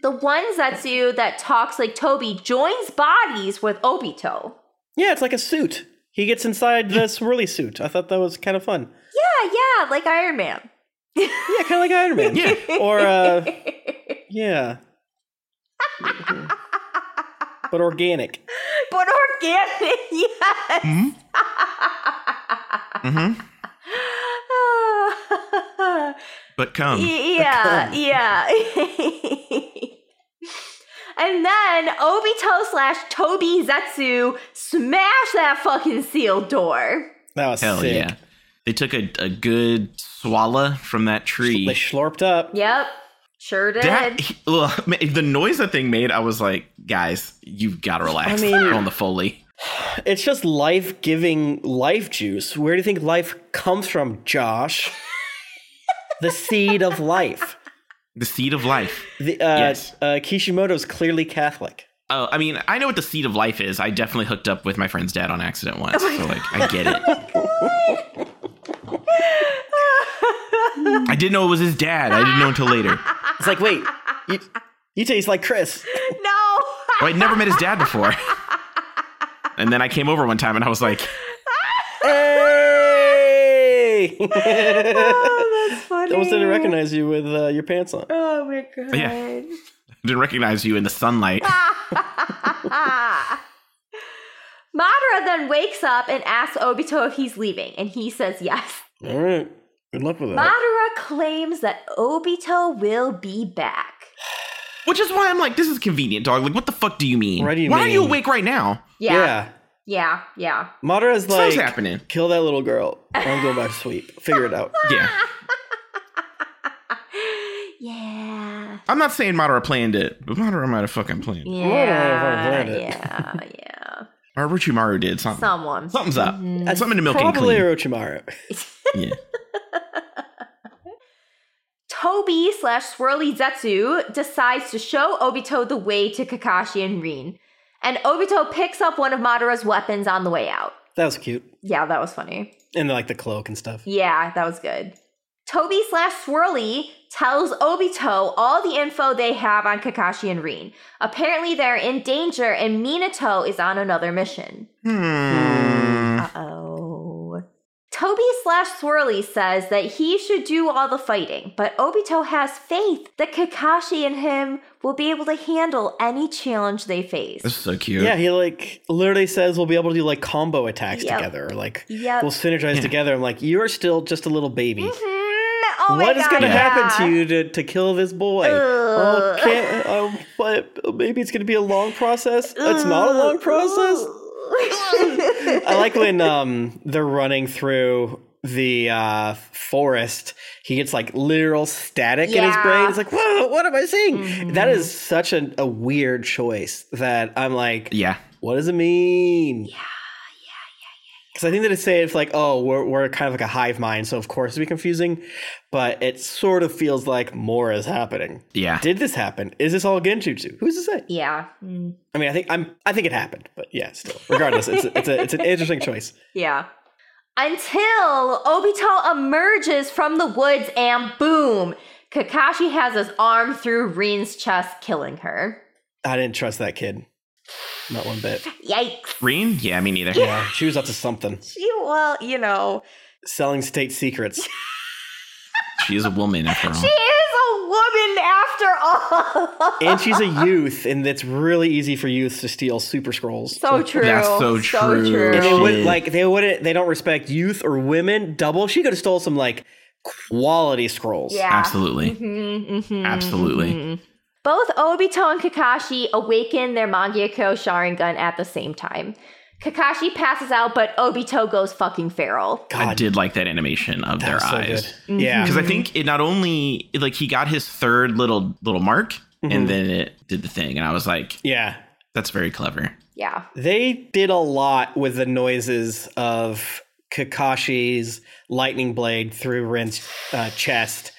The one Zetsu that talks like Toby joins bodies with Obito. Yeah, it's like a suit. He gets inside the swirly suit. I thought that was kind of fun. Yeah, yeah, like Iron Man. Yeah, kind of like Iron Man. Yeah. Or uh, yeah. but organic. but organic, yes. Um, hmm But come. yeah, yeah. and then Obito slash Toby Zetsu smash that fucking sealed door. That was Hell sick. yeah. They took a, a good swalla from that tree. They slurped up. Yep, sure did. That he- ugh, ma- the noise that thing made, I was like, guys, you've got to relax I mean- on the foley. It's just life giving life juice. Where do you think life comes from, Josh? the seed of life. The seed of life. The, uh, Yes. uh, Kishimoto's clearly Catholic. Oh, I mean, I know what the seed of life is. I definitely hooked up with my friend's dad on accident Oh once, so like, I get it. I didn't know it was his dad. I didn't know until later. It's like, wait, you, you taste like Chris. no. Oh, I'd never met his dad before. And then I came over one time and I was like, Hey! oh, that's funny. Almost didn't recognize you with uh, your pants on. Oh my god. Yeah. didn't recognize you in the sunlight. Madara then wakes up and asks Obito if he's leaving, and he says yes. All right. Good luck with that. Madara claims that Obito will be back. Which is why I'm like, this is convenient, dog. Like, what the fuck do you mean? What do you why are you mean? awake right now? Yeah. yeah. Yeah, yeah. Madara's like, Something's happening. kill that little girl. I'm going back to sleep. Figure it out. Yeah. Yeah. I'm not saying Madara planned it, but Madara might have fucking planned it. Yeah. Madara planned it. Yeah, yeah. Or Orochimaru did something. Someone. Something's up. Mhm. Something to milk and Probably clean. Orochimaru. yeah. Toby slash Swirly Zetsu decides to show Obito the way to Kakashi and Rin. And Obito picks up one of Madara's weapons on the way out. That was cute. Yeah, that was funny. And like the cloak and stuff. Yeah, that was good. Toby slash Swirly tells Obito all the info they have on Kakashi and Rin. Apparently, they're in danger, and Minato is on another mission. Hmm. Uh oh. Toby slash Swirly says that he should do all the fighting, but Obito has faith that Kakashi and him will be able to handle any challenge they This face. is so cute. Yeah, he like literally says we'll be able to do like combo attacks Yep. together, or like Yep. we'll synergize together. I'm like, you are still just a little baby. Mhm. Oh my what is God, going to yeah. happen to you to, to kill this boy? Ugh. Okay, um, but maybe it's going to be a long process. It's not a long process. I like when um they're running through the uh forest. He gets like literal static in his Yeah. Mm-hmm. brain. It's like, whoa, what am I seeing? That is such a, a weird choice that I'm like, Yeah. what does it mean? Yeah, yeah, yeah, Because I think that it's saying it's like, oh, we're, we're kind of like a hive mind, so of course it'd be confusing, but it sort of feels like more is happening. Yeah. Did this happen? Is this all Genjutsu? Who's to say? yeah. Mm. I mean, I think I'm. I think it happened, but yeah, still. Regardless, it's it's a, it's an interesting choice. Yeah. Until Obito emerges from the woods and boom, Kakashi has his arm through Rin's chest, killing her. I didn't trust that kid, not one bit. Yikes. Green? Yeah, me neither. Yeah, she was up to something. She, well, you know, Selling state secrets. She is a woman after all. she is a woman after all. And she's a youth, and it's really easy for youths to steal super scrolls. so true. That's so true. And they Shit. would like they wouldn't they don't respect youth or women double. She could have stole some like quality scrolls. Yeah. Absolutely. Mhm, mhm, Absolutely. mhm. Both Obito and Kakashi awaken their Mangyako Sharingan at the same time. Kakashi passes out, but Obito goes fucking feral. I God, did like that animation of their that's so eyes. Mm-hmm. good. Yeah. Mm-hmm. because I think it not only like he got his third little little mark, Mm-hmm. and then it did the thing, and I was like, Yeah. "That's very clever." Yeah. They did a lot with the noises of Kakashi's lightning blade through Ren's uh, chest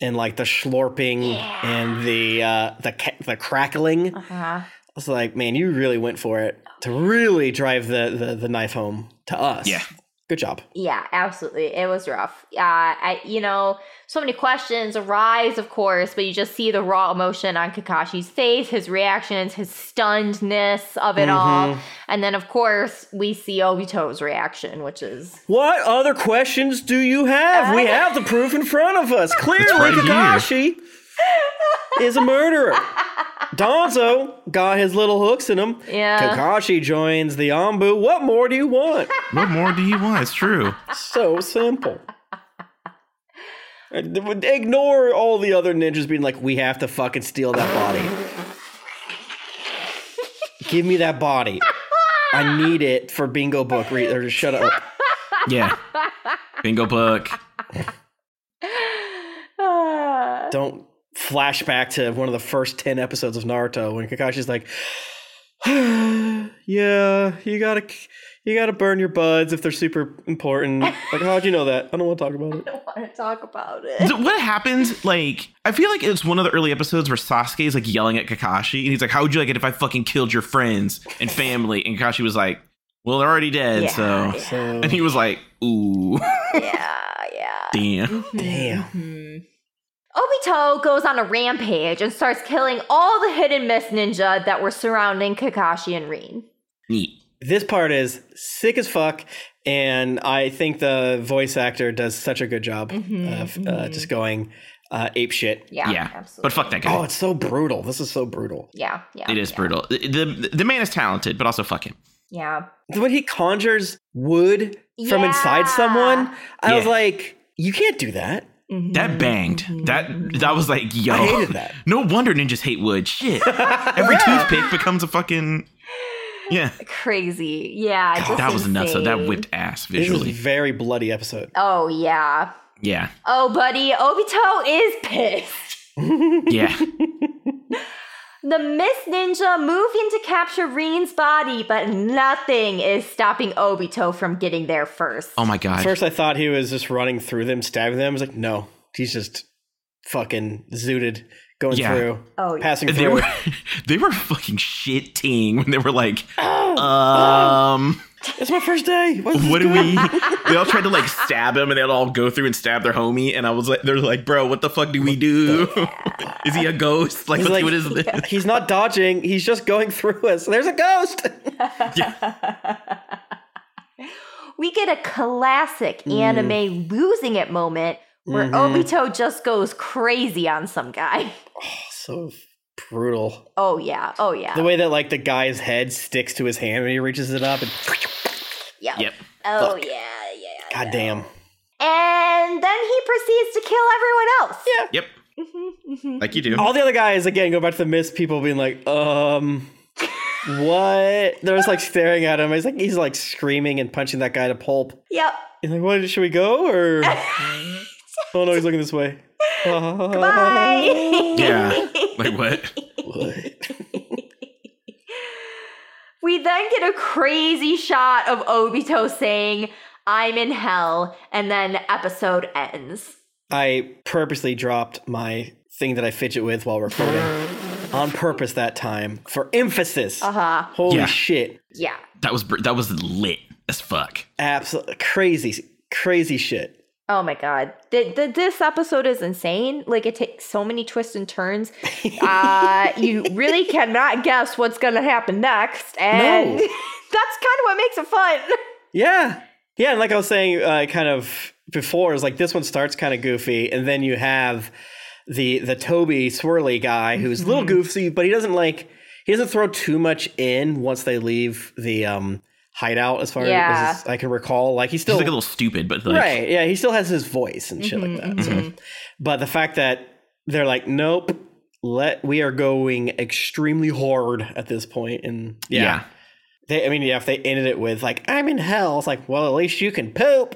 and like the slurping and the uh the ca- the crackling. I Uh-huh. was like, man, you really went for it to really drive the the, the knife home to us. Yeah. Good job. Yeah, absolutely. It was rough. Uh, I, you know, so many questions arise, of course, but you just see the raw emotion on Kakashi's face, his reactions, his stunnedness of it all. And then, of course, we see Obito's reaction, which is What other questions do you have? we have the proof in front of us. Clearly, Uh, right here. Kakashi is a murderer. Donzo got his little hooks in him. Yeah. Kakashi joins the Ambu. What more do you want? What more do you want? It's true. so simple. Ignore all the other ninjas being like, we have to fucking steal that body. Give me that body. I need it for bingo book re- or shut up. Yeah. Bingo book. uh, Don't flashback to one of the first 10 episodes of Naruto when Kakashi's like, yeah, you gotta. You gotta burn your buds if they're super important. Like, how'd you know that? I don't want to talk about it. I want to talk about it. So what happens? Like, I feel like it's one of the early episodes where Sasuke is like yelling at Kakashi, and he's like, "How would you like it if I fucking killed your friends and family?" And Kakashi was like, "Well, they're already dead, Yeah, so." yeah. So, And he was like, "Ooh, yeah, yeah. damn." damn. Mhm. Obito goes on a rampage and starts killing all the hidden mist ninja that were surrounding Kakashi and Rin. Neat. this part is sick as fuck and i think the voice actor does such a good job of Uh, just going uh, ape shit Yeah, Yeah. absolutely. But fuck that guy. oh it's so brutal this is so brutal Yeah, yeah. it is yeah, brutal. The, the the man is talented, but also fuck him. Yeah. when he conjures wood from inside someone i was Yeah. like you can't do that Mm-hmm. That banged. That that was like, yo. i hated that No wonder ninjas hate wood. Shit. Every toothpick becomes a fucking. Yeah. Crazy. Yeah. just that was enough. So that insane. whipped ass this is a visually. very bloody episode Oh, yeah. yeah. Oh, buddy. Obito is pissed. Yeah. The Mist Ninja move in to capture Rin's body, but nothing is stopping Obito from getting there first. Oh my god. first i thought he was just running through them stabbing them i was like no he's just fucking zooted going Yeah. through Oh, yeah. passing they through were they were fucking shitting when they were like, um, it's my first day What is this what do we? They all tried to like stab him, and they'd all go through and stab their homie. And I was like, they're like, bro, what the fuck do we do? is he a ghost? Like, He's what, like- what is this? He's not dodging. He's just going through us. There's a ghost. we get a classic anime losing it moment where Obito just goes crazy on some guy. so brutal. Oh yeah, oh yeah. The way that like the guy's head sticks to his hand when he reaches it up, and yeah. Yep. Oh yeah, yeah. goddamn, And then he proceeds to kill everyone else. Yeah. Yep. Like you do. all the other guys again go back to the mist. People being like, um, what? They're just like staring at him. He's like he's like screaming and punching that guy to pulp. Yep. He's like, what? Should we go or? oh no, he's looking this way. Bye. Yeah. Like what? we then get a crazy shot of Obito saying, "I'm in hell," and then episode ends. I purposely dropped my thing that I fidget with while recording on purpose that time for emphasis. Uh huh. Holy Yeah. shit. Yeah. That was br- that was lit as fuck. Absolutely crazy, crazy shit. Oh my god, Th th this episode is insane. Like it takes so many twists and turns. Uh, you really cannot guess what's gonna happen next, and No. that's kind of what makes it fun. Yeah. Yeah. And like I was saying, uh, kind of before, is like this one starts kind of goofy, and then you have the the Toby swirly guy who's a little goofy, but he doesn't like he doesn't throw too much in once they leave the um hideout as far Yeah. as I can recall. Like he's still He's like a little stupid, but like Mm-hmm, right yeah he still has his voice and shit like that so. but the fact that they're like nope let we are going extremely hard at this point and yeah, Yeah. They, I mean, yeah. If they ended it with like "I'm in hell," it's like, well, at least you can poop.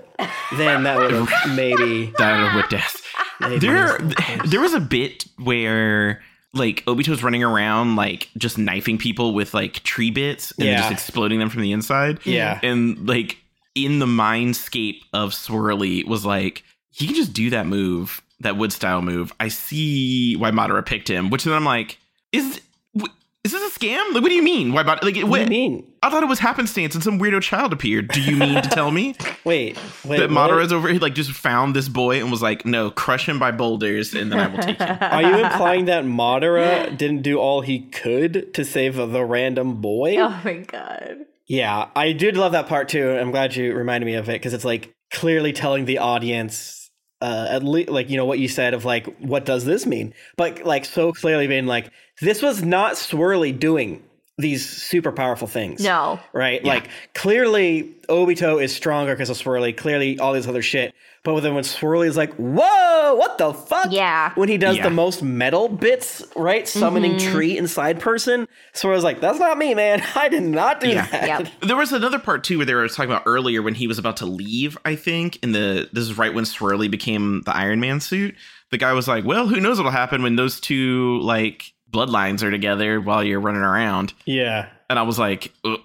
Then that would have maybe. that would have whipped ass. maybe there there was a bit where like Obito's running around like just knifing people with like tree bits and then Yeah. just exploding them from the inside. Yeah. And like in the mindscape of Swirly was like, he can just do that move, that wood style move. I see why Madara picked him, which then I'm like, is w- Is this a scam? Like, what do you mean? Why about like What do wait, you mean? I thought it was happenstance and some weirdo child appeared. Do you mean to tell me Wait, wait. that what? Madara's over here like just found this boy and was like, no, crush him by boulders and then I will take him. Are you implying that Madara didn't do all he could to save the random boy? Oh my god. Yeah, I did love that part too. I'm glad you reminded me of it because it's like clearly telling the audience, uh, at least like you know what you said of like what does this mean? But like so clearly being like this was not Swirly doing these super powerful things. No. Right? Like clearly Obito is stronger because of Swirly, clearly all this other shit. But then when Swirly is like, whoa, what the fuck? Yeah. When he does Yeah. the most metal bits, right? Summoning Mm-hmm. tree inside person. Swirly's like, that's not me, man. I did not do Yeah. that. Yep. There was another part too where they were talking about earlier when he was about to leave, I think, and the this is right when Swirly became the Iron Man suit. The guy was like, Well, who knows what'll happen when those two like bloodlines are together while you're running around. Yeah. And I was like, "Uh,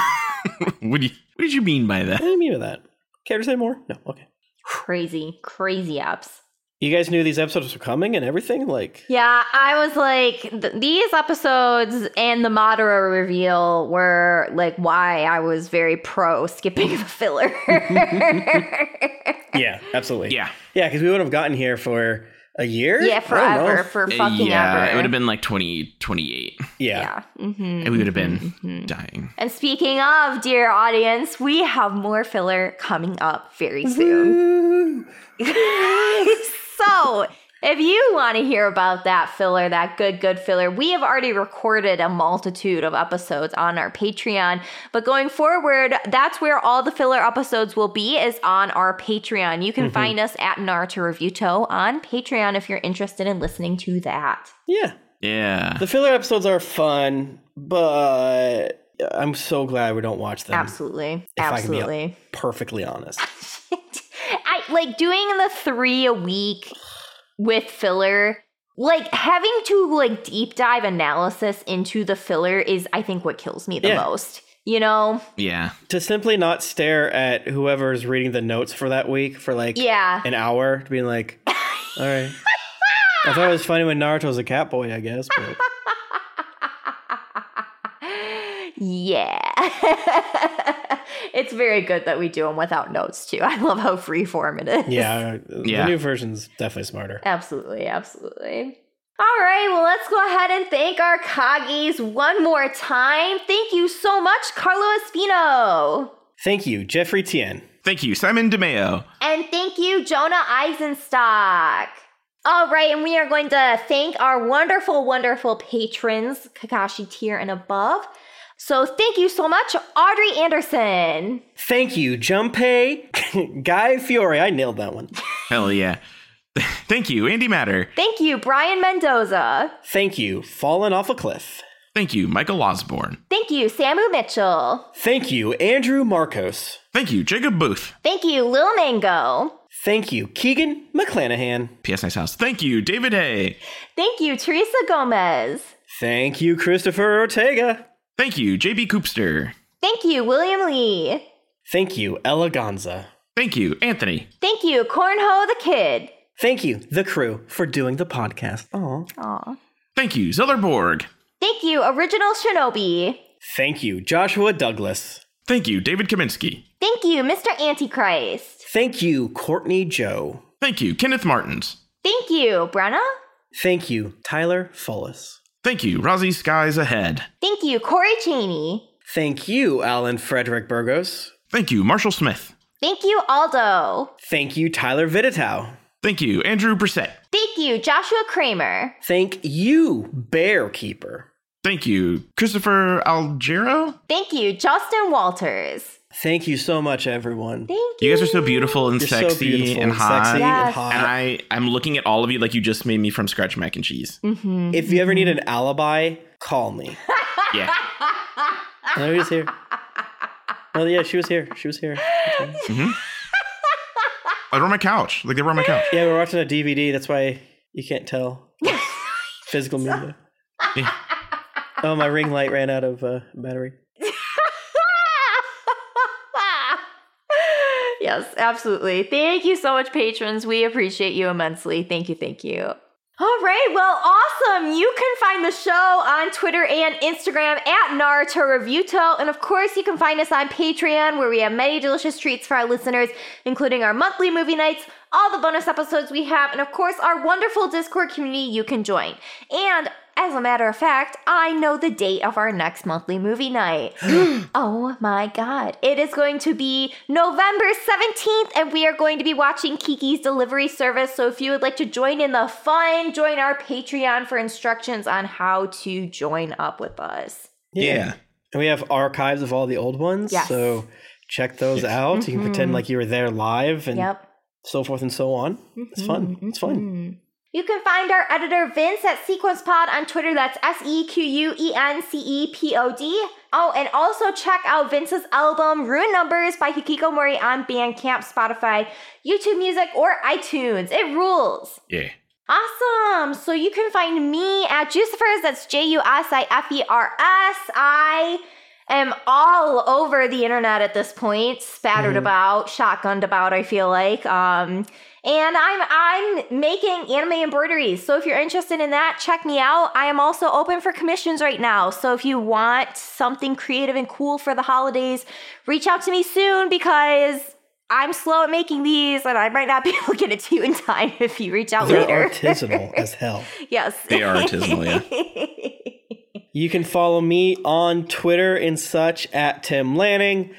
what, do you, what did you mean by that? What do you mean by that? Care to say more? No. Okay. Crazy, crazy apps. You guys knew these episodes were coming and everything? Like, Yeah, I was like, th- these episodes and the Madara reveal were like why I was very pro skipping the filler. yeah, absolutely. Yeah. Yeah, because we would not have gotten here for a year? yeah, I don't know. forever, for fucking Uh, yeah, ever. it would have been like 20, 28. Yeah. Yeah. hmm and we would have been dying. And speaking of, dear audience, we have more filler coming up very soon. so, if you want to hear about that filler, that good, good filler, we have already recorded a multitude of episodes on our Patreon. But going forward, that's where all the filler episodes will be is on our Patreon. You can Mm-hmm. find us at Naruto Review Toe on Patreon if you're interested in listening to that. Yeah. Yeah. The filler episodes are fun, but I'm so glad we don't watch them. Absolutely. If I can be Absolutely. Perfectly honest. I like doing the three a week with filler. Like having to like deep dive analysis into the filler is, I think, what kills me the Yeah. most. You know? yeah. To simply not stare at whoever's reading the notes for that week for like Yeah. an hour, to being like, all right. I thought it was funny when Naruto's a cat boy, I guess. But yeah. it's very good that we do them without notes too. I love how freeform it is. yeah, the Yeah. new version's definitely smarter. Absolutely, absolutely. All right, well, let's go ahead and thank our Kagis one more time. Thank you so much, Carlo Espino. Thank you, Jeffrey Tien. Thank you, Simon DeMeo. And thank you, Jonah Eisenstock. All right, and we are going to thank our wonderful, wonderful patrons, Kakashi tier and above. So thank you so much, Audrey Anderson. Thank you, Junpei Guy Fiore. I nailed that one. Hell yeah. Thank you, Andy Matter. Thank you, Brian Mendoza. Thank you, Fallen Off a Cliff. Thank you, Michael Osborne. Thank you, Samu Mitchell. Thank you, Andrew Marcos. Thank you, Jacob Booth. Thank you, Lil Mango. Thank you, Keegan McClanahan. P.S. Nice House. Thank you, David Hay. Thank you, Teresa Gomez. Thank you, Christopher Ortega. Thank you, JB Coopster. Thank you, William Lee. Thank you, Eleganza. Thank you, Anthony. Thank you, Cornho the Kid. Thank you, the crew, for doing the podcast. Aw. Aw. Thank you, Zellerborg. Thank you, Original Shinobi. Thank you, Joshua Douglas. Thank you, David Kaminsky. Thank you, Mr. Antichrist. Thank you, Courtney Joe. Thank you, Kenneth Martins. Thank you, Brenna. Thank you, Tyler Fullis. Thank you, Rozzy Skies Ahead. Thank you, Corey Cheney. Thank you, Alan Frederick Burgos. Thank you, Marshall Smith. Thank you, Aldo. Thank you, Tyler Vidatow. Thank you, Andrew Brissett. Thank you, Joshua Kramer. Thank you, Bear Keeper. Thank you, Christopher Algero. Thank you, Justin Walters. Thank you so much, everyone. Thank you. You guys are so beautiful and You're sexy so beautiful and hot. sexy Yes. and hot. And I, I'm looking at all of you like you just made me from scratch mac and cheese. if you ever need an alibi, call me. Yeah. No, he was here. Oh yeah, she was here. She was here. I were on my couch. Like they were on my couch. Yeah, we're watching a DVD. That's why you can't tell physical media. Yeah. Oh, my ring light ran out of uh, battery. yes, absolutely. Thank you so much, patrons. We appreciate you immensely. Thank you, thank you. All right, well, awesome. You can find the show on Twitter and Instagram at Naruto Revuto. And of course, you can find us on Patreon, where we have many delicious treats for our listeners, including our monthly movie nights, all the bonus episodes we have, and of course, our wonderful Discord community you can join. And as a matter of fact, I know the date of our next monthly movie night. oh my god. It is going to be November 17th, and we are going to be watching Kiki's Delivery Service. So if you would like to join in the fun, join our Patreon for instructions on how to join up with us. Yeah. And we have archives of all the old ones. Yes. Mm-hmm. So check those out. You can pretend like you were there live and Yep. Mm-hmm. Mm. so forth and so on. It's fun. It's fun. You can find our editor Vince at SequencePod on Twitter. That's S E Q U E N C E P O D. Oh, and also check out Vince's album Rune Numbers by Hikiko Mori on Bandcamp, Spotify, YouTube Music, or iTunes. It rules. Yeah. Awesome. So you can find me at Juicifers. That's J U S I F E R S. I am all over the internet at this point, spattered about, shotgunned about, I feel like. Um, and I'm I'm making anime embroideries. So if you're interested in that, check me out. I am also open for commissions right now. So if you want something creative and cool for the holidays, reach out to me soon because I'm slow at making these and I might not be able to get it to you in time if you reach out They're later. artisanal as hell. Yes. They are artisanal, yeah. You can follow me on Twitter and such at Tim Lanning.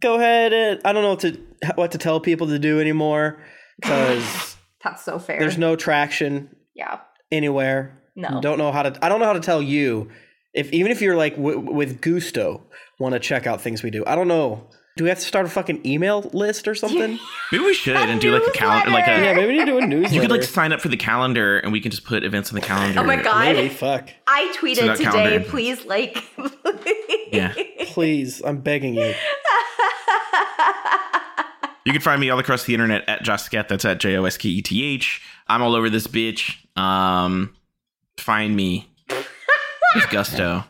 Go ahead and I don't know what to what to tell people to do anymore because That's so fair. there's no traction yeah. anywhere. No. don't know how to. I don't know how to tell you if even if you're like w- with gusto want to check out things we do. I don't know. Do we have to start a fucking email list or something? Maybe we should and do like a calendar, like a. yeah, maybe we need to do a newsletter. You could like sign up for the calendar, and we can just put events on the calendar. Oh my god. Maybe, fuck. I tweeted not calendar. today, please like Yeah. Please, I'm begging you. You can find me all across the internet at Josket. That's at J O S K E T H. I'm all over this bitch. Um, find me with gusto,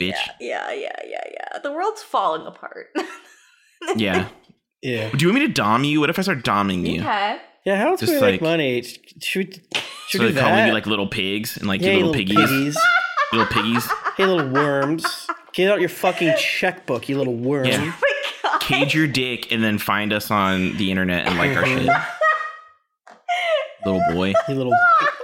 bitch. Yeah, yeah, yeah, yeah. The world's falling apart. Yeah. Yeah. Do you want me to dom you? What if I start domming you? Okay. Yeah, how else Just do we like- make money? Sh- Should we, should So we they do call that? you like little pigs and like yeah, you you little, piggies, piggies. little piggies, hey, little worms. Get out your fucking checkbook, you little worm. Yeah. cage your dick, and then find us on the internet and like our shit. little boy, You little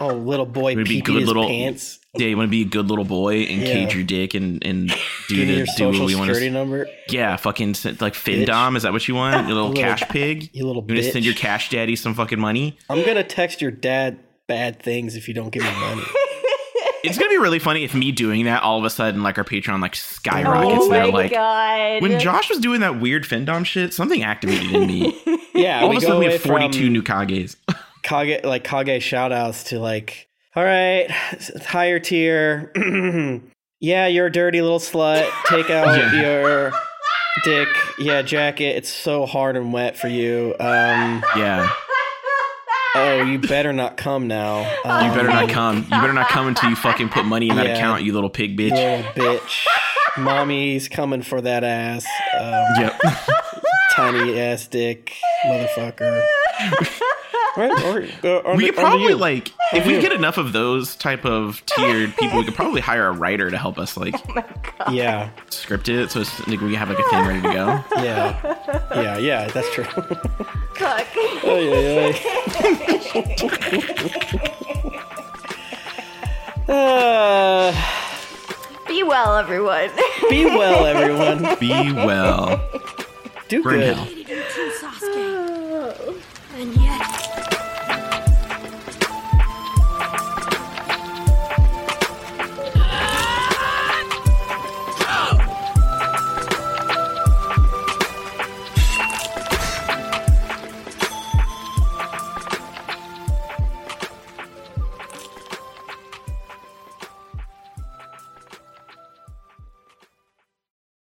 oh little boy Would be pee good his little- pants. yeah, you want to be a good little boy and Yeah. cage your dick and and do Give me the, your do what social we want security to. number. Yeah, fucking send, like fin dom. Is that what you want? Your little Little- cash pig. you little You want to bitch. send your cash daddy some fucking money? I'm gonna text your dad bad things if you don't give me money. It's gonna be really funny if me doing that all of a sudden like our Patreon like Oh skyrockets. and they're like, Oh god. when Josh was doing that weird fin dom shit, something activated in me. Yeah, All we of a go sudden, we away have 42 from new Kages. Kage like Kage shout outs to like, all right, higher tier. yeah, you're a dirty little slut. Take out Yeah. your dick. Yeah, jacket. It's so hard and wet for you. Um, yeah. oh, you better not come now. Um, You better not come. You better not come until you fucking put money in that Yeah. account, you little pig bitch. you little bitch. Mommy's coming for that ass. Um, Yep. tiny ass dick, motherfucker. Right, or- or- we under- could probably under you. like if we get enough of those type of tiered people, we could probably hire a writer to help us like yeah, script it so it's like we have like a thing ready to go. yeah, yeah, yeah. That's true. Fuck. Ay, ay, ay. Uh, Be well, everyone. be well, everyone. Be well. Do Bring good. hell. hated you too, Sasuke. And yet,